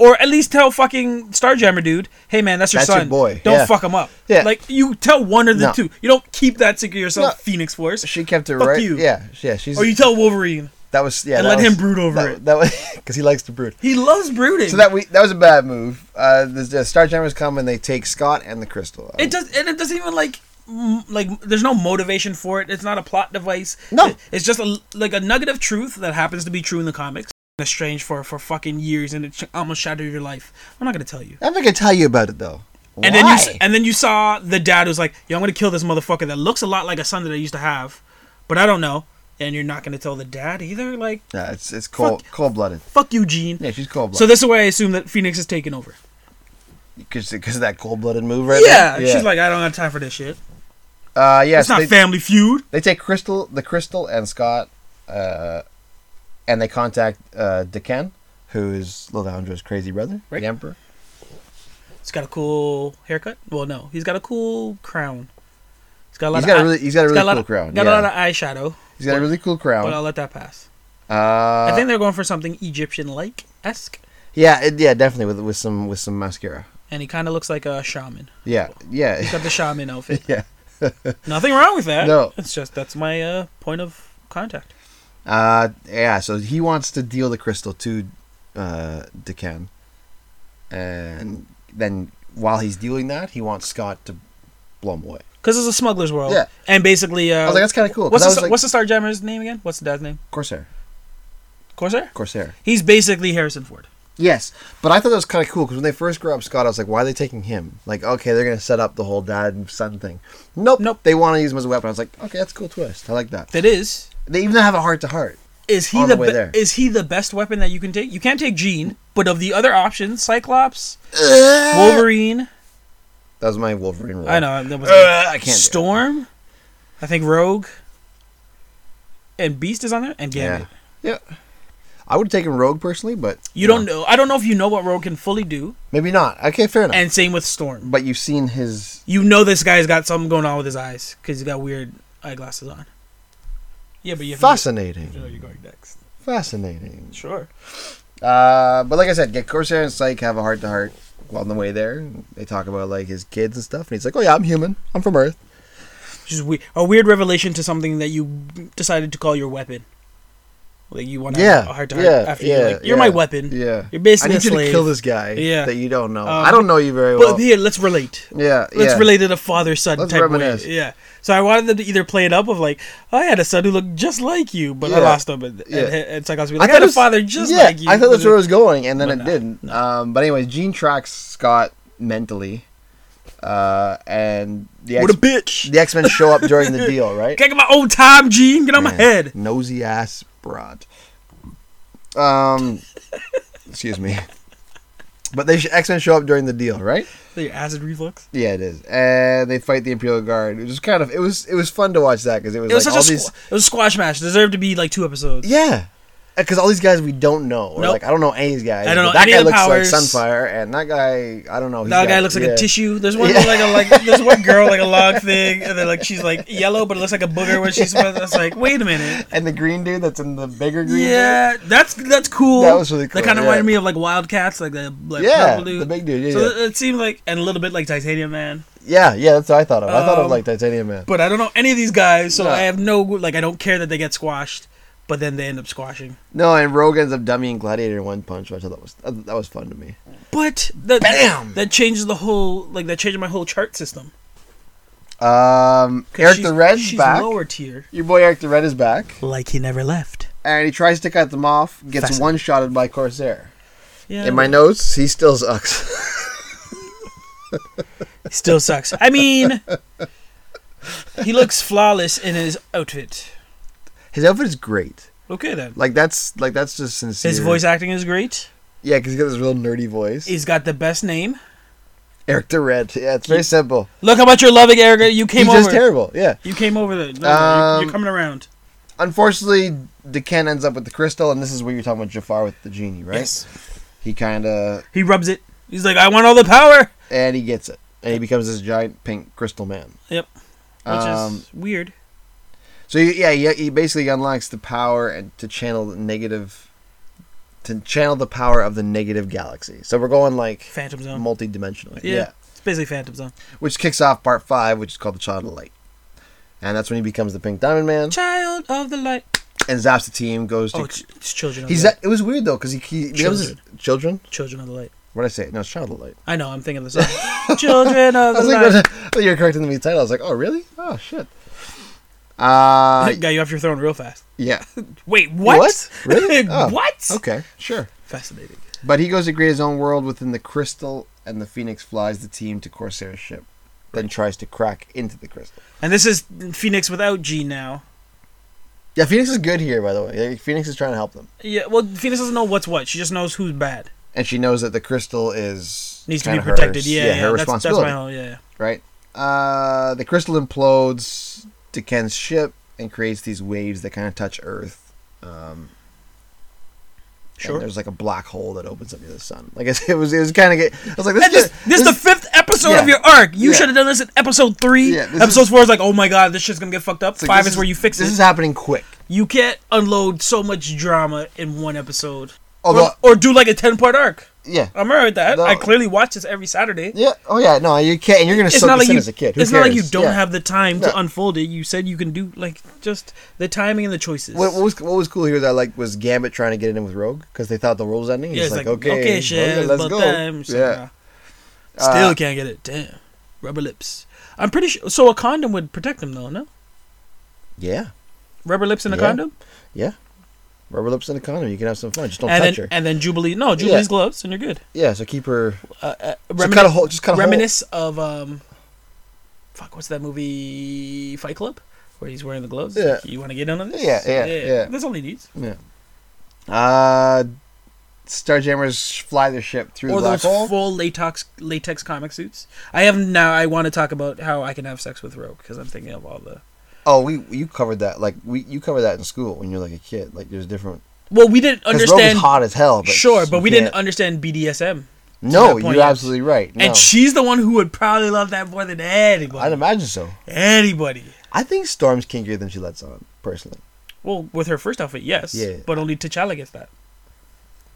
[SPEAKER 2] Or at least tell fucking Starjammer dude, hey man, that's your
[SPEAKER 1] That's your
[SPEAKER 2] son.
[SPEAKER 1] boy.
[SPEAKER 2] Don't
[SPEAKER 1] Yeah.
[SPEAKER 2] fuck him up.
[SPEAKER 1] Yeah.
[SPEAKER 2] Like you tell one or the
[SPEAKER 1] No.
[SPEAKER 2] two. You don't keep that secret yourself,
[SPEAKER 1] No.
[SPEAKER 2] Phoenix Force.
[SPEAKER 1] She kept it
[SPEAKER 2] Fuck
[SPEAKER 1] right.
[SPEAKER 2] you.
[SPEAKER 1] Yeah, yeah. She's
[SPEAKER 2] or you tell Wolverine.
[SPEAKER 1] that was yeah.
[SPEAKER 2] and
[SPEAKER 1] that
[SPEAKER 2] let him
[SPEAKER 1] was-
[SPEAKER 2] brood over
[SPEAKER 1] that,
[SPEAKER 2] it.
[SPEAKER 1] That was because he likes to brood.
[SPEAKER 2] He loves brooding.
[SPEAKER 1] So that we that was a bad move. Uh, the, the Starjammers come and they take Scott and the crystal.
[SPEAKER 2] it does and it doesn't even like m- like there's no motivation for it it's not a plot device
[SPEAKER 1] No.
[SPEAKER 2] It- it's just a like a nugget of truth that happens to be true in the comics it's strange for for fucking years and it sh- almost shattered your life i'm not gonna tell you
[SPEAKER 1] I'm not gonna tell you about it though.
[SPEAKER 2] and then you s-
[SPEAKER 1] Why?
[SPEAKER 2] and then you saw the dad who's like yo i'm gonna kill this motherfucker that looks a lot like a son that i used to have but i don't know and you're not gonna tell the dad either like
[SPEAKER 1] Yeah, it's it's cold
[SPEAKER 2] Fuck.
[SPEAKER 1] cold blooded.
[SPEAKER 2] fuck you gene
[SPEAKER 1] Yeah, she's cold
[SPEAKER 2] so
[SPEAKER 1] blooded.
[SPEAKER 2] this is where i assume that phoenix is taking over
[SPEAKER 1] because of that cold blooded move right
[SPEAKER 2] yeah,
[SPEAKER 1] there.
[SPEAKER 2] she's like i don't have time for this shit
[SPEAKER 1] uh, yeah.
[SPEAKER 2] it's
[SPEAKER 1] so
[SPEAKER 2] not
[SPEAKER 1] they,
[SPEAKER 2] family feud
[SPEAKER 1] they take Crystal, the Crystal, and Scott, uh, and they contact uh, Decan, who is Lilandra's crazy brother,
[SPEAKER 2] Right.
[SPEAKER 1] the Emperor.
[SPEAKER 2] He's got a cool haircut. Well, no, he's got a cool crown. He's got a
[SPEAKER 1] He's
[SPEAKER 2] lot. of
[SPEAKER 1] got a
[SPEAKER 2] eye-
[SPEAKER 1] really he's got a
[SPEAKER 2] he's
[SPEAKER 1] really
[SPEAKER 2] lot
[SPEAKER 1] cool
[SPEAKER 2] of-
[SPEAKER 1] crown.
[SPEAKER 2] Got
[SPEAKER 1] yeah.
[SPEAKER 2] a lot of eyeshadow,
[SPEAKER 1] he's got a really cool crown.
[SPEAKER 2] but I'll let that pass.
[SPEAKER 1] Uh,
[SPEAKER 2] I think they're going for something Egyptian-like esque,
[SPEAKER 1] yeah, it, yeah, definitely with with some with some mascara.
[SPEAKER 2] and he kind of looks like a shaman.
[SPEAKER 1] Yeah,
[SPEAKER 2] He's
[SPEAKER 1] yeah,
[SPEAKER 2] got the shaman outfit.
[SPEAKER 1] yeah.
[SPEAKER 2] Nothing wrong with that.
[SPEAKER 1] No.
[SPEAKER 2] it's just that's my uh, point of contact.
[SPEAKER 1] Uh, yeah, so he wants to deal the crystal to uh, Decan. And then while he's dealing that, he wants Scott to blow him away.
[SPEAKER 2] Because it's a smuggler's world.
[SPEAKER 1] Yeah.
[SPEAKER 2] and basically, uh,
[SPEAKER 1] I was like, that's kind of cool. 'cause
[SPEAKER 2] what's
[SPEAKER 1] I
[SPEAKER 2] the,
[SPEAKER 1] was
[SPEAKER 2] star
[SPEAKER 1] like,
[SPEAKER 2] what's the Starjammer's name again? What's the dad's name?
[SPEAKER 1] Corsair?
[SPEAKER 2] Corsair.
[SPEAKER 1] Corsair.
[SPEAKER 2] He's basically Harrison Ford.
[SPEAKER 1] Yes, but I thought that was kind of cool because when they first grew up Scott, I was like, why are they taking him? Like, okay, they're going to set up the whole dad and son thing. Nope.
[SPEAKER 2] Nope.
[SPEAKER 1] They want to use him as a weapon. I was like, okay, that's a cool twist. I like that.
[SPEAKER 2] That is.
[SPEAKER 1] They even have a heart to heart.
[SPEAKER 2] Is he
[SPEAKER 1] On
[SPEAKER 2] the,
[SPEAKER 1] the way
[SPEAKER 2] be-
[SPEAKER 1] there.
[SPEAKER 2] is he the best weapon that you can take? You can't take Jean, but of the other options, Cyclops,
[SPEAKER 1] That
[SPEAKER 2] Wolverine.
[SPEAKER 1] was my Wolverine role.
[SPEAKER 2] I know that was
[SPEAKER 1] Uh, I can't do it.
[SPEAKER 2] Storm. I think Rogue. And Beast is on there, and Gambit.
[SPEAKER 1] Yeah. yeah. I would have taken Rogue personally, but.
[SPEAKER 2] You don't know. I don't know if you know what Rogue can fully do.
[SPEAKER 1] Maybe not. Okay, fair enough.
[SPEAKER 2] And same with Storm.
[SPEAKER 1] but you've seen his
[SPEAKER 2] You know this guy's got something going on with his eyes because he's got weird eyeglasses on. Yeah, but you have to.
[SPEAKER 1] fascinating,
[SPEAKER 2] You're going next.
[SPEAKER 1] fascinating.
[SPEAKER 2] Sure.
[SPEAKER 1] Uh, but like I said, get Corsair and Psyche have a heart to heart while on the way there. They talk about like his kids and stuff, and he's like, "Oh yeah, I'm human. I'm from Earth."
[SPEAKER 2] Which is weird. A weird revelation to something that you decided to call your weapon. Like you want to
[SPEAKER 1] yeah,
[SPEAKER 2] have a hard time
[SPEAKER 1] yeah,
[SPEAKER 2] after
[SPEAKER 1] yeah.
[SPEAKER 2] you're like, you're my
[SPEAKER 1] yeah,
[SPEAKER 2] weapon.
[SPEAKER 1] Yeah,
[SPEAKER 2] You're
[SPEAKER 1] I
[SPEAKER 2] basically a
[SPEAKER 1] need you to
[SPEAKER 2] slave.
[SPEAKER 1] kill this guy.
[SPEAKER 2] Yeah.
[SPEAKER 1] that you don't know.
[SPEAKER 2] Um,
[SPEAKER 1] I don't know you very well.
[SPEAKER 2] But here, let's relate.
[SPEAKER 1] yeah,
[SPEAKER 2] Let's
[SPEAKER 1] yeah.
[SPEAKER 2] relate it a father son
[SPEAKER 1] Let's
[SPEAKER 2] type
[SPEAKER 1] reminisce.
[SPEAKER 2] way. Yeah. So I wanted them to either play it up of like, "Oh, I had a son who looked just like you, but I
[SPEAKER 1] Yeah.
[SPEAKER 2] lost him. And,
[SPEAKER 1] Yeah.
[SPEAKER 2] and, and Cyclops would be
[SPEAKER 1] I
[SPEAKER 2] like, I,
[SPEAKER 1] thought
[SPEAKER 2] had
[SPEAKER 1] it
[SPEAKER 2] a
[SPEAKER 1] was-
[SPEAKER 2] father just
[SPEAKER 1] yeah,
[SPEAKER 2] like you.
[SPEAKER 1] I thought that's
[SPEAKER 2] but
[SPEAKER 1] where it was going, and then
[SPEAKER 2] But
[SPEAKER 1] it
[SPEAKER 2] no,
[SPEAKER 1] didn't. Um, but anyways, Jean tracks Scott mentally, uh, and the
[SPEAKER 2] What a
[SPEAKER 1] X-
[SPEAKER 2] bitch.
[SPEAKER 1] the X Men show up during the deal, right?
[SPEAKER 2] Get out of my old time, Gene. Get on my
[SPEAKER 1] Man,
[SPEAKER 2] head.
[SPEAKER 1] Nosy ass brat. Um, excuse me. But they X Men show up during the deal, right?
[SPEAKER 2] Your acid reflux.
[SPEAKER 1] Yeah, it is, and they fight the Imperial Guard. It was kind of it was it was fun to watch that because it was
[SPEAKER 2] It was
[SPEAKER 1] like
[SPEAKER 2] such a
[SPEAKER 1] all
[SPEAKER 2] squ-
[SPEAKER 1] these
[SPEAKER 2] it was a squash match. It deserved to be like two episodes.
[SPEAKER 1] yeah. Because Uh, all these guys we don't know, or
[SPEAKER 2] Nope.
[SPEAKER 1] like I don't know any of these guys.
[SPEAKER 2] I don't
[SPEAKER 1] but
[SPEAKER 2] know
[SPEAKER 1] that
[SPEAKER 2] any
[SPEAKER 1] guy
[SPEAKER 2] of the
[SPEAKER 1] looks
[SPEAKER 2] powers.
[SPEAKER 1] like Sunfire, and that guy I don't know. he's
[SPEAKER 2] That guy
[SPEAKER 1] got-
[SPEAKER 2] looks like
[SPEAKER 1] yeah.
[SPEAKER 2] a tissue. There's one
[SPEAKER 1] Yeah.
[SPEAKER 2] like a like. There's one girl like a log thing, and then like she's like yellow, but it looks like a booger when she's. I was like, wait a minute.
[SPEAKER 1] And the green dude that's in the bigger green.
[SPEAKER 2] Yeah, that's that's cool.
[SPEAKER 1] That was really cool,
[SPEAKER 2] That kind of
[SPEAKER 1] yeah.
[SPEAKER 2] reminded me of like Wildcats, like the like
[SPEAKER 1] dude? yeah,
[SPEAKER 2] purple dude.
[SPEAKER 1] the big dude. Yeah,
[SPEAKER 2] so
[SPEAKER 1] yeah.
[SPEAKER 2] it- it seemed like, and a little bit like Titanium Man,
[SPEAKER 1] yeah, yeah. That's what I thought of. I thought of
[SPEAKER 2] Um,
[SPEAKER 1] like Titanium Man.
[SPEAKER 2] but I don't know any of these guys, so
[SPEAKER 1] No.
[SPEAKER 2] I have no like. I don't care that they get squashed, but then they end up squashing.
[SPEAKER 1] No, and Rogue ends up dummying Gladiator in one punch, which I thought was uh, that, that was fun to me.
[SPEAKER 2] But that
[SPEAKER 1] Bam!
[SPEAKER 2] that changes the whole like that changes my whole chart system.
[SPEAKER 1] Um,
[SPEAKER 2] 'Cause
[SPEAKER 1] Eric
[SPEAKER 2] she's-
[SPEAKER 1] the Red's
[SPEAKER 2] she's
[SPEAKER 1] back.
[SPEAKER 2] lower tier.
[SPEAKER 1] Your boy Eric the Red is back,
[SPEAKER 3] Like he never left.
[SPEAKER 1] and he tries to cut them off. Gets
[SPEAKER 3] Fascinating.
[SPEAKER 1] one shotted by Corsair.
[SPEAKER 2] Yeah.
[SPEAKER 1] In my notes, he still sucks.
[SPEAKER 2] Still sucks. I mean, he looks flawless in his outfit.
[SPEAKER 1] His outfit is great.
[SPEAKER 2] Okay then.
[SPEAKER 1] Like that's like that's just sincere.
[SPEAKER 2] His voice acting is great.
[SPEAKER 1] Yeah, because he's got this real nerdy voice.
[SPEAKER 2] He's got the best name.
[SPEAKER 1] Eric the Red. Yeah, it's very simple.
[SPEAKER 2] Look how much you're loving Erica. You came
[SPEAKER 1] he's
[SPEAKER 2] over.
[SPEAKER 1] just terrible. Yeah.
[SPEAKER 2] you came over there. No,
[SPEAKER 1] Um,
[SPEAKER 2] you're, you're coming around.
[SPEAKER 1] Unfortunately, Decan ends up with the crystal, and this is where you're talking about Jafar with the genie, right?
[SPEAKER 2] Yes.
[SPEAKER 1] He kind of
[SPEAKER 2] He rubs it. He's like, I want all the power.
[SPEAKER 1] and he gets it, and he becomes this giant pink crystal man.
[SPEAKER 2] Yep. Which
[SPEAKER 1] Um,
[SPEAKER 2] is weird.
[SPEAKER 1] So he- yeah, he, he basically unlocks the power and to channel the negative, to channel the power of the negative galaxy. So we're going like
[SPEAKER 2] Phantom Zone.
[SPEAKER 1] multi-dimensionally.
[SPEAKER 2] Yeah.
[SPEAKER 1] Yeah.
[SPEAKER 2] It's basically Phantom Zone.
[SPEAKER 1] which kicks off part five, which is called the Child of Light, and that's when he becomes the Pink Diamond Man
[SPEAKER 2] Child of the light.
[SPEAKER 1] and zaps the team. Goes to
[SPEAKER 2] Oh, it's, it's Children of
[SPEAKER 1] he's
[SPEAKER 2] the Light.
[SPEAKER 1] it was weird though because he, he becomes his- children.
[SPEAKER 2] Children of the Light.
[SPEAKER 1] What did I say? No, it's Child of Light.
[SPEAKER 2] I know, I'm thinking of the song. Children of
[SPEAKER 1] I was
[SPEAKER 2] the Light.
[SPEAKER 1] like, I thought you were correcting the title. I was like, oh really? Oh shit. Uh,
[SPEAKER 2] Got you off your throne real fast.
[SPEAKER 1] yeah.
[SPEAKER 2] Wait, what?
[SPEAKER 1] What? Really? Oh,
[SPEAKER 2] what?
[SPEAKER 1] Okay, sure.
[SPEAKER 2] Fascinating.
[SPEAKER 1] But he goes to create his own world within the crystal, and the Phoenix flies the team to Corsair's ship, then tries to crack into the crystal.
[SPEAKER 2] And this is Phoenix without G now.
[SPEAKER 1] Yeah, Phoenix is good here, by the way. Like, Phoenix is trying to help them,
[SPEAKER 2] Yeah, well, Phoenix doesn't know what's what. She just knows who's bad.
[SPEAKER 1] and she knows that the crystal is
[SPEAKER 2] Needs to be
[SPEAKER 1] kinda
[SPEAKER 2] protected.
[SPEAKER 1] hers-
[SPEAKER 2] yeah,
[SPEAKER 1] her
[SPEAKER 2] yeah, that's, that's
[SPEAKER 1] responsibility,
[SPEAKER 2] my whole, yeah.
[SPEAKER 1] right? Uh, the crystal implodes to Ken's ship and creates these waves that kind of touch Earth. Um, and
[SPEAKER 2] Sure.
[SPEAKER 1] there's like a black hole that opens up near the sun. Like it's, it was, it was kind of. I was like, this,
[SPEAKER 2] And this, this is the fifth episode of
[SPEAKER 1] yeah.
[SPEAKER 2] your arc. You
[SPEAKER 1] Yeah.
[SPEAKER 2] should have done this in episode three.
[SPEAKER 1] Yeah, this
[SPEAKER 2] episode four is like, oh my god, this shit's gonna get fucked up.
[SPEAKER 1] like,
[SPEAKER 2] Five
[SPEAKER 1] this
[SPEAKER 2] is where you fix
[SPEAKER 1] This
[SPEAKER 2] it.
[SPEAKER 1] is happening quick.
[SPEAKER 2] you can't unload so much drama in one episode.
[SPEAKER 1] Although,
[SPEAKER 2] or, or do like a ten part arc.
[SPEAKER 1] yeah,
[SPEAKER 2] I'm alright with that.
[SPEAKER 1] No.
[SPEAKER 2] I clearly watch this every Saturday.
[SPEAKER 1] yeah, oh yeah, no, you can't. And you're gonna
[SPEAKER 2] It's
[SPEAKER 1] soak
[SPEAKER 2] not
[SPEAKER 1] this
[SPEAKER 2] like
[SPEAKER 1] in
[SPEAKER 2] you.
[SPEAKER 1] as a kid. Who
[SPEAKER 2] it's not like you
[SPEAKER 1] cares?
[SPEAKER 2] don't
[SPEAKER 1] Yeah.
[SPEAKER 2] have the time
[SPEAKER 1] No.
[SPEAKER 2] to unfold it. You said you can do like just the timing and the choices.
[SPEAKER 1] What, what was what was cool here that I like was Gambit trying to get in with Rogue because they thought the world was ending.
[SPEAKER 2] Yeah,
[SPEAKER 1] He's
[SPEAKER 2] it's
[SPEAKER 1] like, okay, well,
[SPEAKER 2] shit,
[SPEAKER 1] yeah,
[SPEAKER 2] it's
[SPEAKER 1] let's
[SPEAKER 2] about
[SPEAKER 1] go.
[SPEAKER 2] time. So,
[SPEAKER 1] yeah,
[SPEAKER 2] nah. Still
[SPEAKER 1] Uh,
[SPEAKER 2] can't get it. Damn, rubber lips. I'm pretty sure. So a condom would protect them, though, no?
[SPEAKER 1] yeah,
[SPEAKER 2] Rubber lips in a
[SPEAKER 1] Yeah.
[SPEAKER 2] condom,
[SPEAKER 1] rubber lips in a condom. You can have some fun. Just don't
[SPEAKER 2] and
[SPEAKER 1] touch
[SPEAKER 2] then
[SPEAKER 1] her.
[SPEAKER 2] and then Jubilee. No, Jubilee's gloves, and you're good.
[SPEAKER 1] Yeah, so keep her.
[SPEAKER 2] Uh, uh,
[SPEAKER 1] Just
[SPEAKER 2] remini-
[SPEAKER 1] cut a hole. Just cut a hole.
[SPEAKER 2] reminisce of um, fuck, what's that movie? Fight Club, where he's wearing the gloves.
[SPEAKER 1] Yeah.
[SPEAKER 2] Like, you want to get in on this?
[SPEAKER 1] Yeah, yeah, yeah.
[SPEAKER 2] That's all he needs.
[SPEAKER 1] Uh, Starjammers fly their ship through
[SPEAKER 2] Or
[SPEAKER 1] the black
[SPEAKER 2] those
[SPEAKER 1] hole.
[SPEAKER 2] full latex latex comic suits. I have now. I want to talk about how I can have sex with Rogue because I'm thinking of all the.
[SPEAKER 1] oh, we you covered that. Like we you covered that in school when you're like a kid. Like there's different.
[SPEAKER 2] Well, we didn't
[SPEAKER 1] 'cause Rogue
[SPEAKER 2] understand.
[SPEAKER 1] is hot as hell. But
[SPEAKER 2] sure,
[SPEAKER 1] you
[SPEAKER 2] but we
[SPEAKER 1] can't-
[SPEAKER 2] didn't understand BDSM,
[SPEAKER 1] No,
[SPEAKER 2] that point,
[SPEAKER 1] you're
[SPEAKER 2] yeah.
[SPEAKER 1] absolutely right. No.
[SPEAKER 2] and she's the one who would probably love that more than anybody.
[SPEAKER 1] I'd imagine so.
[SPEAKER 2] anybody.
[SPEAKER 1] I think Storm's kinkier than she lets on, personally.
[SPEAKER 2] Well, with her first outfit, yes.
[SPEAKER 1] Yeah.
[SPEAKER 2] But only T'Challa gets that.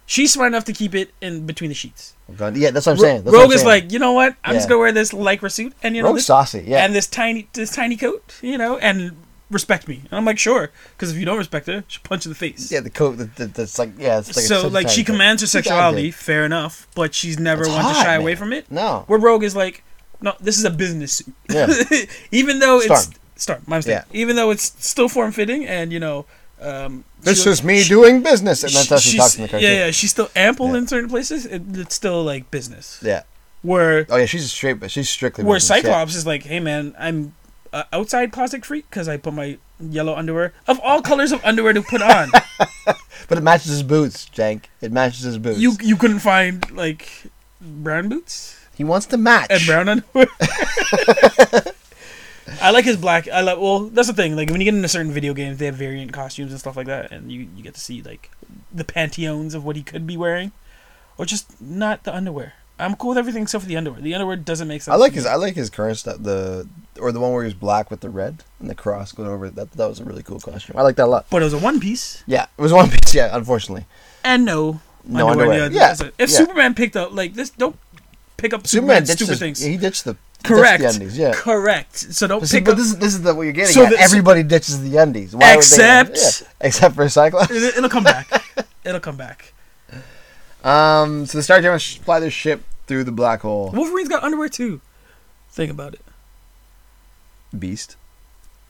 [SPEAKER 2] She's smart enough to keep it in between the sheets.
[SPEAKER 1] Oh, Yeah, that's what I'm
[SPEAKER 2] Ro-
[SPEAKER 1] saying. That's what
[SPEAKER 2] Rogue
[SPEAKER 1] I'm
[SPEAKER 2] is
[SPEAKER 1] saying.
[SPEAKER 2] like, you know what? I'm
[SPEAKER 1] Yeah.
[SPEAKER 2] just gonna wear this lycra suit and you know
[SPEAKER 1] Rogue's
[SPEAKER 2] this
[SPEAKER 1] saucy, yeah.
[SPEAKER 2] and this tiny this tiny coat, you know, and respect me. And I'm like, sure, because if you don't respect her, she'll punch you in the face.
[SPEAKER 1] yeah, the coat that, that, that's like yeah, it's like a
[SPEAKER 2] so like she
[SPEAKER 1] sympathetic coat.
[SPEAKER 2] commands her
[SPEAKER 1] She got
[SPEAKER 2] sexuality,
[SPEAKER 1] it.
[SPEAKER 2] fair enough, but she's never
[SPEAKER 1] It's
[SPEAKER 2] one to
[SPEAKER 1] hot,
[SPEAKER 2] shy away
[SPEAKER 1] man.
[SPEAKER 2] from it.
[SPEAKER 1] No.
[SPEAKER 2] Where Rogue is like, no, this is a business suit.
[SPEAKER 1] Yeah.
[SPEAKER 2] Even though it's
[SPEAKER 1] Storm.
[SPEAKER 2] Storm, my mistake. Even though it's still form fitting and you know, um,
[SPEAKER 1] This
[SPEAKER 2] she-
[SPEAKER 1] is me doing business, and that's how she
[SPEAKER 2] she's-
[SPEAKER 1] talks in the cartoon.
[SPEAKER 2] Yeah, yeah, she's still ample
[SPEAKER 1] Yeah.
[SPEAKER 2] in certain places. It, it's still like business.
[SPEAKER 1] Yeah.
[SPEAKER 2] Where
[SPEAKER 1] Oh yeah, she's straight, but she's strictly.
[SPEAKER 2] where
[SPEAKER 1] business, yeah.
[SPEAKER 2] Cyclops is like, hey man, I'm a outside closet freak because I put my yellow underwear of all colors of underwear to put on.
[SPEAKER 1] but it matches his boots, Jank. It matches his boots.
[SPEAKER 2] you you couldn't find like brown boots
[SPEAKER 1] he wants to match.
[SPEAKER 2] and brown underwear. I like his black. I like. Well, that's the thing. Like when you get into certain video games, they have variant costumes and stuff like that, and you you get to see like the pantheons of what he could be wearing, or just not the underwear. I'm cool with everything except for the underwear. The underwear doesn't make sense.
[SPEAKER 1] I like
[SPEAKER 2] to
[SPEAKER 1] his.
[SPEAKER 2] me.
[SPEAKER 1] I like his current stuff. The or the one where he was black with the red and the cross going over. That that was a really cool costume. I like that a lot.
[SPEAKER 2] But it was a one piece
[SPEAKER 1] Yeah, it was one piece. Yeah, unfortunately,
[SPEAKER 2] and no
[SPEAKER 1] No underwear.
[SPEAKER 2] the-
[SPEAKER 1] Yeah,
[SPEAKER 2] that's it. If
[SPEAKER 1] yeah.
[SPEAKER 2] Superman picked up like this, don't pick up
[SPEAKER 1] Superman
[SPEAKER 2] Superman,
[SPEAKER 1] ditched
[SPEAKER 2] stupid
[SPEAKER 1] his,
[SPEAKER 2] things.
[SPEAKER 1] He ditched the he ditched
[SPEAKER 2] Correct.
[SPEAKER 1] The undies, yeah.
[SPEAKER 2] Correct. So don't
[SPEAKER 1] But, see,
[SPEAKER 2] pick
[SPEAKER 1] but
[SPEAKER 2] up.
[SPEAKER 1] this is this is the, what you're getting
[SPEAKER 2] So
[SPEAKER 1] at.
[SPEAKER 2] the- so-
[SPEAKER 1] Everybody ditches the undies. Why would they-
[SPEAKER 2] Except-
[SPEAKER 1] yeah, except for Cyclops.
[SPEAKER 2] It- It'll come back. It'll come back.
[SPEAKER 1] Um, so the Star Jammers fly their ship through the black hole.
[SPEAKER 2] Wolverine's got underwear too. Think about it.
[SPEAKER 1] Beast.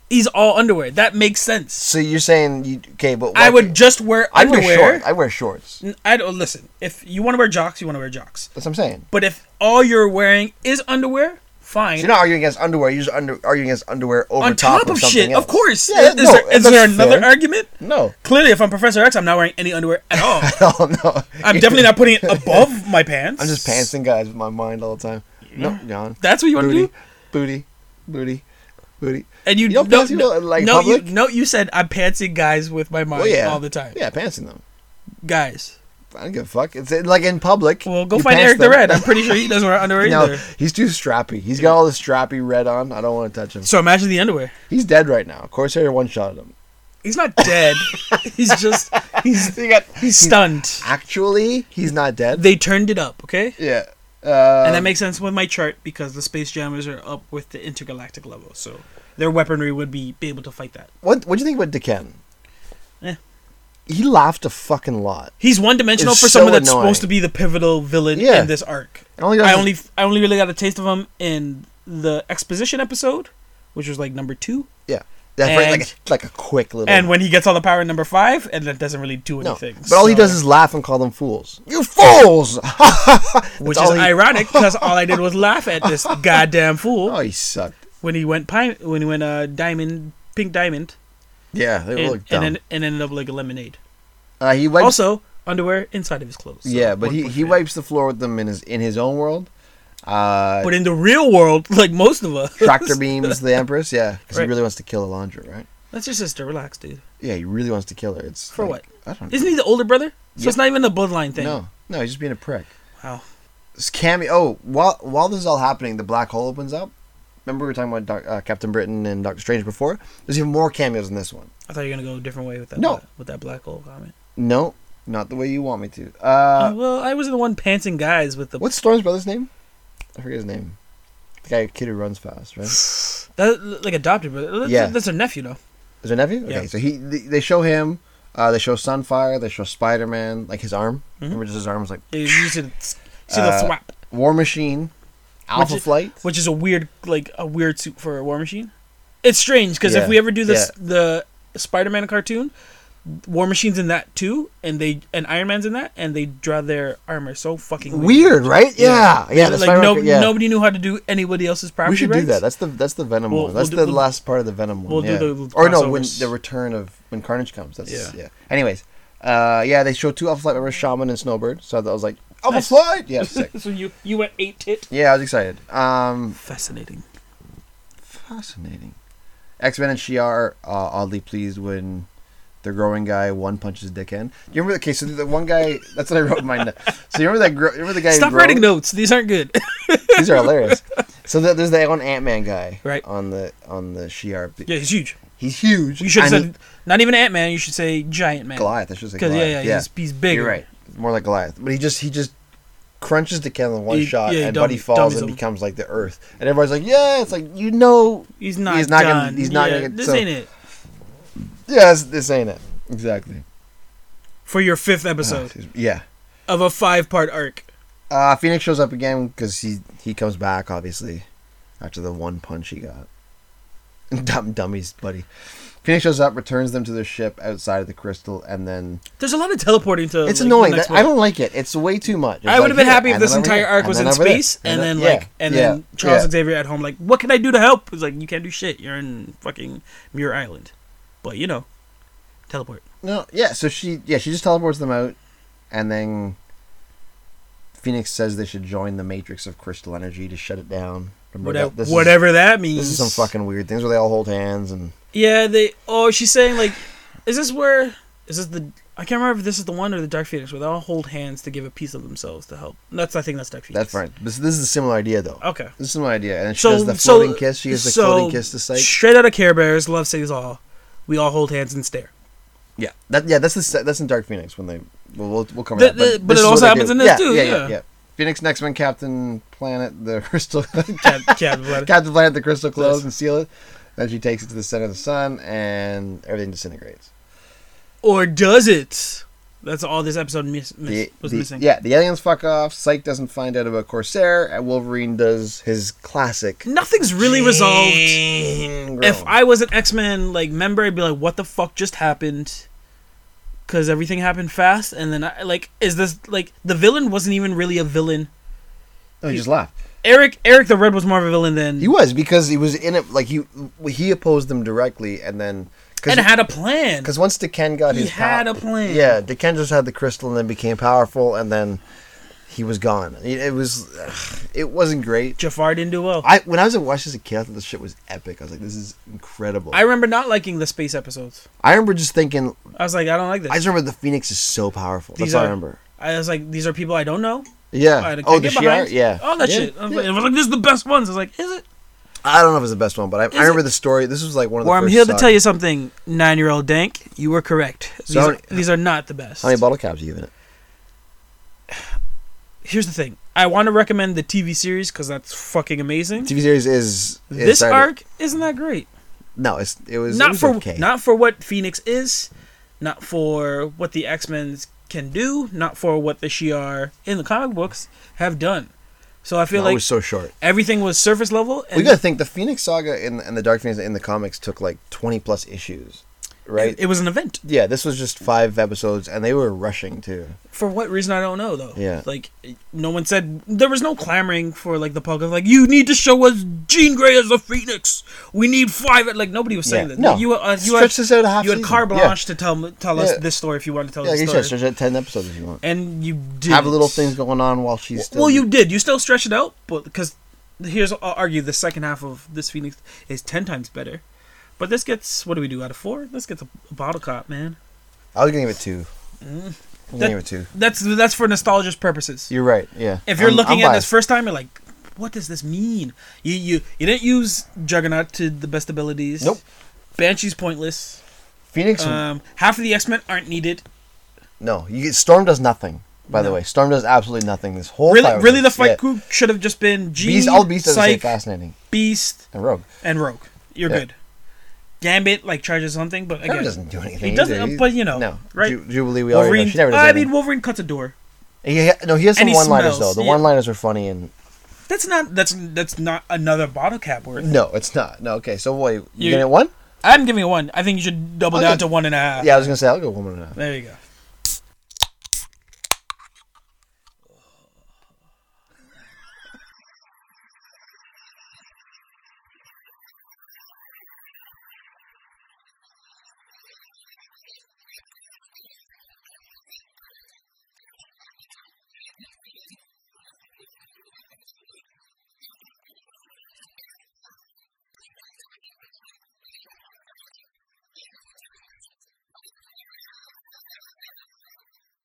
[SPEAKER 2] He's all underwear. That makes sense.
[SPEAKER 1] So you're saying you okay? But
[SPEAKER 2] I would just wear
[SPEAKER 1] I wear
[SPEAKER 2] underwear.
[SPEAKER 1] shorts. I wear shorts.
[SPEAKER 2] N- I don't listen. If you want to wear jocks, you want to wear jocks.
[SPEAKER 1] That's what I'm saying.
[SPEAKER 2] But if all you're wearing is underwear, fine.
[SPEAKER 1] So you're not arguing against underwear. You're just under, arguing against underwear over
[SPEAKER 2] on top, of
[SPEAKER 1] something
[SPEAKER 2] shit,
[SPEAKER 1] else.
[SPEAKER 2] of course.
[SPEAKER 1] Yeah,
[SPEAKER 2] is
[SPEAKER 1] no,
[SPEAKER 2] there, is
[SPEAKER 1] that's
[SPEAKER 2] there another
[SPEAKER 1] fair.
[SPEAKER 2] argument?
[SPEAKER 1] No.
[SPEAKER 2] Clearly, if I'm Professor X, I'm not wearing any underwear at all.
[SPEAKER 1] Oh no.
[SPEAKER 2] I'm definitely not putting it above my pants.
[SPEAKER 1] I'm just pantsing guys with my mind all the time. No, John.
[SPEAKER 2] That's what you want to
[SPEAKER 1] booty,
[SPEAKER 2] do,
[SPEAKER 1] booty, booty, booty.
[SPEAKER 2] and you,
[SPEAKER 1] You don't
[SPEAKER 2] no,
[SPEAKER 1] pants people in, like,
[SPEAKER 2] no,
[SPEAKER 1] public?
[SPEAKER 2] you no, you said I'm pantsing guys with my mind
[SPEAKER 1] Well, yeah.
[SPEAKER 2] all the time,
[SPEAKER 1] Yeah, pantsing them.
[SPEAKER 2] guys.
[SPEAKER 1] I don't give a fuck. It's in- like in public.
[SPEAKER 2] Well, go
[SPEAKER 1] you
[SPEAKER 2] find
[SPEAKER 1] pants
[SPEAKER 2] Eric the
[SPEAKER 1] them.
[SPEAKER 2] Red. I'm pretty sure he doesn't wear underwear
[SPEAKER 1] No,
[SPEAKER 2] either.
[SPEAKER 1] he's too strappy. He's got all the strappy red on. I don't want to touch him.
[SPEAKER 2] So imagine the underwear.
[SPEAKER 1] He's dead right now. Corsair one shot at him.
[SPEAKER 2] He's not dead. he's just he's
[SPEAKER 1] He got
[SPEAKER 2] he's stunned.
[SPEAKER 1] actually he's not dead.
[SPEAKER 2] They turned it up, okay?
[SPEAKER 1] yeah. Uh,
[SPEAKER 2] and that makes sense with my chart because the space jammers are up with the intergalactic level, so their weaponry would be, be able to fight that.
[SPEAKER 1] what what do you think about Deken?
[SPEAKER 2] Eh.
[SPEAKER 1] He laughed a fucking lot.
[SPEAKER 2] He's one dimensional
[SPEAKER 1] It's
[SPEAKER 2] for
[SPEAKER 1] so
[SPEAKER 2] someone that's
[SPEAKER 1] annoying.
[SPEAKER 2] supposed to be the pivotal villain
[SPEAKER 1] Yeah.
[SPEAKER 2] in this arc.
[SPEAKER 1] And all he does
[SPEAKER 2] I
[SPEAKER 1] is-
[SPEAKER 2] only I only really got a taste of him in the exposition episode, which was like number two,
[SPEAKER 1] yeah. That's right,
[SPEAKER 2] and-
[SPEAKER 1] like like a quick little
[SPEAKER 2] and when he gets all the power in number five, and that doesn't really do
[SPEAKER 1] no.
[SPEAKER 2] anything.
[SPEAKER 1] But all he
[SPEAKER 2] so-
[SPEAKER 1] does is laugh and call them fools. You fools!
[SPEAKER 2] which
[SPEAKER 1] That's
[SPEAKER 2] is
[SPEAKER 1] all he-
[SPEAKER 2] ironic because all I did was laugh at this goddamn fool
[SPEAKER 1] Oh, he sucked.
[SPEAKER 2] when he went pi- when he went uh, diamond pink diamond
[SPEAKER 1] Yeah, they
[SPEAKER 2] and,
[SPEAKER 1] look dumb.
[SPEAKER 2] and, then, and ended up like a lemonade.
[SPEAKER 1] uh, he wipes.
[SPEAKER 2] also underwear inside of his clothes. so
[SPEAKER 1] yeah, but
[SPEAKER 2] one
[SPEAKER 1] he,
[SPEAKER 2] point
[SPEAKER 1] he
[SPEAKER 2] for him.
[SPEAKER 1] wipes the floor with them in his in his own world. Uh,
[SPEAKER 2] But in the real world, like most of us,
[SPEAKER 1] tractor beams the empress. Yeah, because
[SPEAKER 2] Right.
[SPEAKER 1] he really wants to kill Alondra, right?
[SPEAKER 2] That's your sister. Relax, dude.
[SPEAKER 1] Yeah, he really wants to kill her. It's
[SPEAKER 2] For
[SPEAKER 1] like- I don't.
[SPEAKER 2] Isn't he the older brother? So
[SPEAKER 1] Yeah.
[SPEAKER 2] it's not even a bloodline thing.
[SPEAKER 1] No, no, he's just being a prick.
[SPEAKER 2] Wow.
[SPEAKER 1] This cameo. Oh, while while this is all happening, the black hole opens up. Remember we were talking about Doc, uh, Captain Britain and Doctor Strange before. There's even more cameos in this one.
[SPEAKER 2] I thought you were gonna go a different way with that. uh,
[SPEAKER 1] No.
[SPEAKER 2] with that black hole comment.
[SPEAKER 1] No, not the way you want me to. Uh,
[SPEAKER 2] Oh, well, I was the one panting guys with the.
[SPEAKER 1] what's Storm's brother's name? I forget his name. The guy kid who runs fast, right?
[SPEAKER 2] That, like adopted brother. That's,
[SPEAKER 1] Yeah.
[SPEAKER 2] that's her nephew though.
[SPEAKER 1] Is it nephew? Okay,
[SPEAKER 2] Yeah.
[SPEAKER 1] so he th- they show him, uh, they show Sunfire, they show Spider Man, like his arm.
[SPEAKER 2] Mm-hmm.
[SPEAKER 1] Remember, just his arm was like
[SPEAKER 2] You see the, see the
[SPEAKER 1] Uh,
[SPEAKER 2] thwap,
[SPEAKER 1] War Machine, Alpha
[SPEAKER 2] is-
[SPEAKER 1] Flight.
[SPEAKER 2] which is a weird like a weird suit for a war machine. It's strange because
[SPEAKER 1] Yeah,
[SPEAKER 2] if we ever do this the Spider-Man cartoon, War Machine's in that too, and they and Iron Man's in that, and they draw their armor so fucking weird.
[SPEAKER 1] Weird, right? Yeah, yeah. that's
[SPEAKER 2] like no,
[SPEAKER 1] yeah.
[SPEAKER 2] nobody knew how to do anybody else's property.
[SPEAKER 1] we should
[SPEAKER 2] rights.
[SPEAKER 1] do that. That's the that's the Venom
[SPEAKER 2] We'll-
[SPEAKER 1] one. That's
[SPEAKER 2] we'll
[SPEAKER 1] the
[SPEAKER 2] do- we'll-
[SPEAKER 1] last part of the Venom one.
[SPEAKER 2] we'll do
[SPEAKER 1] yeah.
[SPEAKER 2] the
[SPEAKER 1] or no, when
[SPEAKER 2] crossovers.
[SPEAKER 1] the return of when Carnage comes. That's yeah.
[SPEAKER 2] Yeah.
[SPEAKER 1] Anyways, uh, yeah, they show two Alpha Flight members, Shaman and Snowbird. So I was like, Alpha
[SPEAKER 2] Nice.
[SPEAKER 1] Flight, yeah, sick.
[SPEAKER 2] so you you went eight tit.
[SPEAKER 1] Yeah, I was excited. Um,
[SPEAKER 2] Fascinating.
[SPEAKER 1] Fascinating. X Men and Shi'ar are uh, oddly pleased when the growing guy one punches dick in. You remember? Okay, so the one guy. That's what I wrote in my. no- So you remember that? Gro- remember the guy? who
[SPEAKER 2] Stop
[SPEAKER 1] grows?
[SPEAKER 2] writing notes. These aren't good.
[SPEAKER 1] These are hilarious. So the, there's that one Ant Man guy.
[SPEAKER 2] Right.
[SPEAKER 1] On the on the Shi'ar.
[SPEAKER 2] yeah, he's huge.
[SPEAKER 1] He's huge.
[SPEAKER 2] You should have
[SPEAKER 1] and
[SPEAKER 2] said not even Ant Man. You should say Giant Man.
[SPEAKER 1] he- Goliath. I should say
[SPEAKER 2] Because
[SPEAKER 1] Goliath.
[SPEAKER 2] yeah, yeah, he's he's big.
[SPEAKER 1] You're right. More like Goliath, but he just he just crunches the can in one
[SPEAKER 2] He-
[SPEAKER 1] shot,
[SPEAKER 2] yeah, he
[SPEAKER 1] and Buddy
[SPEAKER 2] dummies-
[SPEAKER 1] falls
[SPEAKER 2] dummies
[SPEAKER 1] and
[SPEAKER 2] him.
[SPEAKER 1] becomes like the Earth, and everybody's like, yeah, it's like you know,
[SPEAKER 2] He's not.
[SPEAKER 1] He's not gonna-
[SPEAKER 2] done.
[SPEAKER 1] he's not
[SPEAKER 2] Yeah,
[SPEAKER 1] gonna get-
[SPEAKER 2] This
[SPEAKER 1] so-
[SPEAKER 2] ain't it
[SPEAKER 1] yeah, this, this ain't it exactly.
[SPEAKER 2] for your fifth
[SPEAKER 1] Ah,
[SPEAKER 2] episode
[SPEAKER 1] yeah.
[SPEAKER 2] of a five part arc.
[SPEAKER 1] Uh, Phoenix shows up again because he he comes back obviously after the one punch he got. Dumb dummies, buddy. Phoenix shows up, returns them to their ship outside of the crystal, and then
[SPEAKER 2] There's a lot of teleporting to.
[SPEAKER 1] it's
[SPEAKER 2] like, the
[SPEAKER 1] annoying.
[SPEAKER 2] next
[SPEAKER 1] That, I
[SPEAKER 2] one.
[SPEAKER 1] don't like it. It's way too much. It's
[SPEAKER 2] I would have
[SPEAKER 1] like,
[SPEAKER 2] been
[SPEAKER 1] here,
[SPEAKER 2] happy if
[SPEAKER 1] and then
[SPEAKER 2] this
[SPEAKER 1] over
[SPEAKER 2] entire
[SPEAKER 1] here,
[SPEAKER 2] arc
[SPEAKER 1] and
[SPEAKER 2] was
[SPEAKER 1] then
[SPEAKER 2] in
[SPEAKER 1] over there,
[SPEAKER 2] space, and then like,
[SPEAKER 1] yeah,
[SPEAKER 2] and
[SPEAKER 1] yeah,
[SPEAKER 2] then Charles
[SPEAKER 1] yeah.
[SPEAKER 2] Xavier at home, like, what can I do to help? It's like you can't do shit. You're in fucking Muir Island, but you know, teleport.
[SPEAKER 1] No, yeah. So she, yeah, she just teleports them out, and then Phoenix says they should join the matrix of crystal energy to shut it down. Remember
[SPEAKER 2] Whatever,
[SPEAKER 1] that- this is-
[SPEAKER 2] whatever that means.
[SPEAKER 1] this is some fucking weird things where they all hold hands and
[SPEAKER 2] Yeah, they. Oh, she's saying like, is this where? Is this the? I can't remember if this is the one or the Dark Phoenix where they all hold hands to give a piece of themselves to help. That's I think that's Dark Phoenix.
[SPEAKER 1] that's right. This, this is a similar idea though.
[SPEAKER 2] Okay.
[SPEAKER 1] This is my idea. And then she
[SPEAKER 2] So
[SPEAKER 1] does the
[SPEAKER 2] so-
[SPEAKER 1] floating kiss. She gives the
[SPEAKER 2] so,
[SPEAKER 1] floating kiss to Psyche.
[SPEAKER 2] Straight out of Care Bears, love saves all. We all hold hands and stare.
[SPEAKER 1] Yeah, that yeah, that's the, that's in Dark Phoenix when they well we'll, we'll come
[SPEAKER 2] The-
[SPEAKER 1] back.
[SPEAKER 2] the- but
[SPEAKER 1] this
[SPEAKER 2] it
[SPEAKER 1] is what
[SPEAKER 2] also
[SPEAKER 1] they
[SPEAKER 2] happens
[SPEAKER 1] do.
[SPEAKER 2] in this too, yeah.
[SPEAKER 1] Phoenix next one, Captain Planet, the crystal
[SPEAKER 2] Cap, Cap, what-
[SPEAKER 1] Captain Planet, the crystal clothes
[SPEAKER 2] Nice.
[SPEAKER 1] and seal it. Then she takes it to the center of the sun, and everything disintegrates.
[SPEAKER 2] or does it? That's all this episode miss, miss,
[SPEAKER 1] The-
[SPEAKER 2] was
[SPEAKER 1] the-
[SPEAKER 2] missing.
[SPEAKER 1] Yeah, the aliens fuck off. Psyche doesn't find out about Corsair, and Wolverine does his classic.
[SPEAKER 2] Nothing's really resolved.
[SPEAKER 1] Jean groan.
[SPEAKER 2] If I was an X Men like member, I'd be like, "What the fuck just happened?" Because everything happened fast, and then I like, is this like the villain wasn't even really a villain?
[SPEAKER 1] oh, he just laughed.
[SPEAKER 2] Eric Eric the Red was more of a villain than
[SPEAKER 1] He was because he was in it. Like he he opposed them directly, and then
[SPEAKER 2] and
[SPEAKER 1] because
[SPEAKER 2] had a plan.
[SPEAKER 1] once Deken got
[SPEAKER 2] He
[SPEAKER 1] his pow-
[SPEAKER 2] had a plan.
[SPEAKER 1] Yeah, Deken just had the crystal and then became powerful, and then he was gone. It, it was it wasn't great.
[SPEAKER 2] Jafar didn't do well. I,
[SPEAKER 1] I when I was at watch this as a kid, I thought this shit was epic. I was like, this is incredible. I,
[SPEAKER 2] remember not liking the space episodes.
[SPEAKER 1] remember just thinking.
[SPEAKER 2] I was like, I don't like this.
[SPEAKER 1] I just remember the Phoenix is so powerful. That's
[SPEAKER 2] These
[SPEAKER 1] all I
[SPEAKER 2] are-
[SPEAKER 1] remember.
[SPEAKER 2] I was like, these are people I don't know.
[SPEAKER 1] Yeah.
[SPEAKER 2] I can't
[SPEAKER 1] Oh, the
[SPEAKER 2] get behind.
[SPEAKER 1] Shiar. Yeah.
[SPEAKER 2] All that
[SPEAKER 1] Yeah.
[SPEAKER 2] shit. I was,
[SPEAKER 1] Yeah.
[SPEAKER 2] like, I was like, this is the best ones. I was like, is it?
[SPEAKER 1] I don't know if it's the best one, but I, I
[SPEAKER 2] it-
[SPEAKER 1] remember the story. This was like one of the.
[SPEAKER 2] Or I'm
[SPEAKER 1] first
[SPEAKER 2] here to
[SPEAKER 1] sagas.
[SPEAKER 2] tell you something, nine year old Dank. You were correct. These,
[SPEAKER 1] So how
[SPEAKER 2] are,
[SPEAKER 1] many-
[SPEAKER 2] these are not the best.
[SPEAKER 1] How many bottle caps are you in it?
[SPEAKER 2] Here's the thing I want to recommend the TV series because that's fucking amazing.
[SPEAKER 1] TV series is, is
[SPEAKER 2] This
[SPEAKER 1] started-
[SPEAKER 2] arc isn't that great.
[SPEAKER 1] No, it's it was it
[SPEAKER 2] Not
[SPEAKER 1] was
[SPEAKER 2] for
[SPEAKER 1] okay.
[SPEAKER 2] not for what Phoenix is, not for what the X Men can do, not for what the Shi'ar in the comic books have done. So I feel
[SPEAKER 1] No, it
[SPEAKER 2] like
[SPEAKER 1] was so short.
[SPEAKER 2] everything was surface level. And
[SPEAKER 1] we gotta think the Phoenix Saga and, and the Dark Phoenix in the comics took like twenty plus issues, right?
[SPEAKER 2] It, it was an event.
[SPEAKER 1] yeah, this was just five episodes, and they were rushing too.
[SPEAKER 2] For what reason I don't know though.
[SPEAKER 1] Yeah.
[SPEAKER 2] Like no one said there was no clamoring for like the public like you need to show us Jean Grey as the Phoenix. We need five. Like nobody was saying
[SPEAKER 1] Yeah,
[SPEAKER 2] that.
[SPEAKER 1] no.
[SPEAKER 2] You uh, you
[SPEAKER 1] Stretch
[SPEAKER 2] had,
[SPEAKER 1] this out a half
[SPEAKER 2] you had
[SPEAKER 1] season.
[SPEAKER 2] carte
[SPEAKER 1] Yeah.
[SPEAKER 2] blanche to tell tell
[SPEAKER 1] Yeah.
[SPEAKER 2] us this story if you want to tell
[SPEAKER 1] Yeah,
[SPEAKER 2] the
[SPEAKER 1] like you
[SPEAKER 2] story.
[SPEAKER 1] said, stretch out ten episodes if you want.
[SPEAKER 2] Oh, and you did
[SPEAKER 1] Have little things going on while she's still.
[SPEAKER 2] Well, you did. You still stretch it out, but because here's I'll argue the second half of this Phoenix is ten times better. But this gets what do we do out of four? This gets a, a bottle cop, man.
[SPEAKER 1] I was gonna give it two.
[SPEAKER 2] Mm.
[SPEAKER 1] I'm gonna
[SPEAKER 2] That-
[SPEAKER 1] give it two.
[SPEAKER 2] That's that's for nostalgia's purposes.
[SPEAKER 1] You're right. Yeah.
[SPEAKER 2] if you're
[SPEAKER 1] I'm-
[SPEAKER 2] looking
[SPEAKER 1] I'm
[SPEAKER 2] at this
[SPEAKER 1] biased.
[SPEAKER 2] first time, you're like, what does this mean? You you you didn't use Juggernaut to the best abilities.
[SPEAKER 1] Nope.
[SPEAKER 2] Banshee's pointless.
[SPEAKER 1] Phoenix,
[SPEAKER 2] Um, half of the X Men aren't needed.
[SPEAKER 1] no. You get, Storm does nothing. By the
[SPEAKER 2] No.
[SPEAKER 1] way, Storm does absolutely nothing. This whole
[SPEAKER 2] Really,
[SPEAKER 1] fight was-
[SPEAKER 2] really, the fight
[SPEAKER 1] yeah.
[SPEAKER 2] crew should have just been Jean,
[SPEAKER 1] Beast, all beasts are
[SPEAKER 2] Psyche,
[SPEAKER 1] fascinating
[SPEAKER 2] Beast,
[SPEAKER 1] and Rogue.
[SPEAKER 2] and Rogue. You're
[SPEAKER 1] Yeah.
[SPEAKER 2] good. Gambit like charges something, but again,
[SPEAKER 1] Gambit doesn't do anything.
[SPEAKER 2] He doesn't,
[SPEAKER 1] either. He's-
[SPEAKER 2] but you know,
[SPEAKER 1] no,
[SPEAKER 2] right?
[SPEAKER 1] Ju- Jubilee, we already know.
[SPEAKER 2] Wolverine.
[SPEAKER 1] She never does
[SPEAKER 2] I
[SPEAKER 1] anything.
[SPEAKER 2] mean, Wolverine cuts a door.
[SPEAKER 1] He ha- no, he has
[SPEAKER 2] And
[SPEAKER 1] some
[SPEAKER 2] he
[SPEAKER 1] one-liners
[SPEAKER 2] smells,
[SPEAKER 1] though. The
[SPEAKER 2] yeah.
[SPEAKER 1] one-liners are funny, and
[SPEAKER 2] That's not that's that's not another bottle cap worth.
[SPEAKER 1] no, it's not. No, okay. So wait, you
[SPEAKER 2] You-
[SPEAKER 1] get it one?
[SPEAKER 2] I'm giving it one. I think you should double
[SPEAKER 1] Okay.
[SPEAKER 2] down to one and a half.
[SPEAKER 1] Yeah, I was gonna say I'll go woman and a half.
[SPEAKER 2] There you go.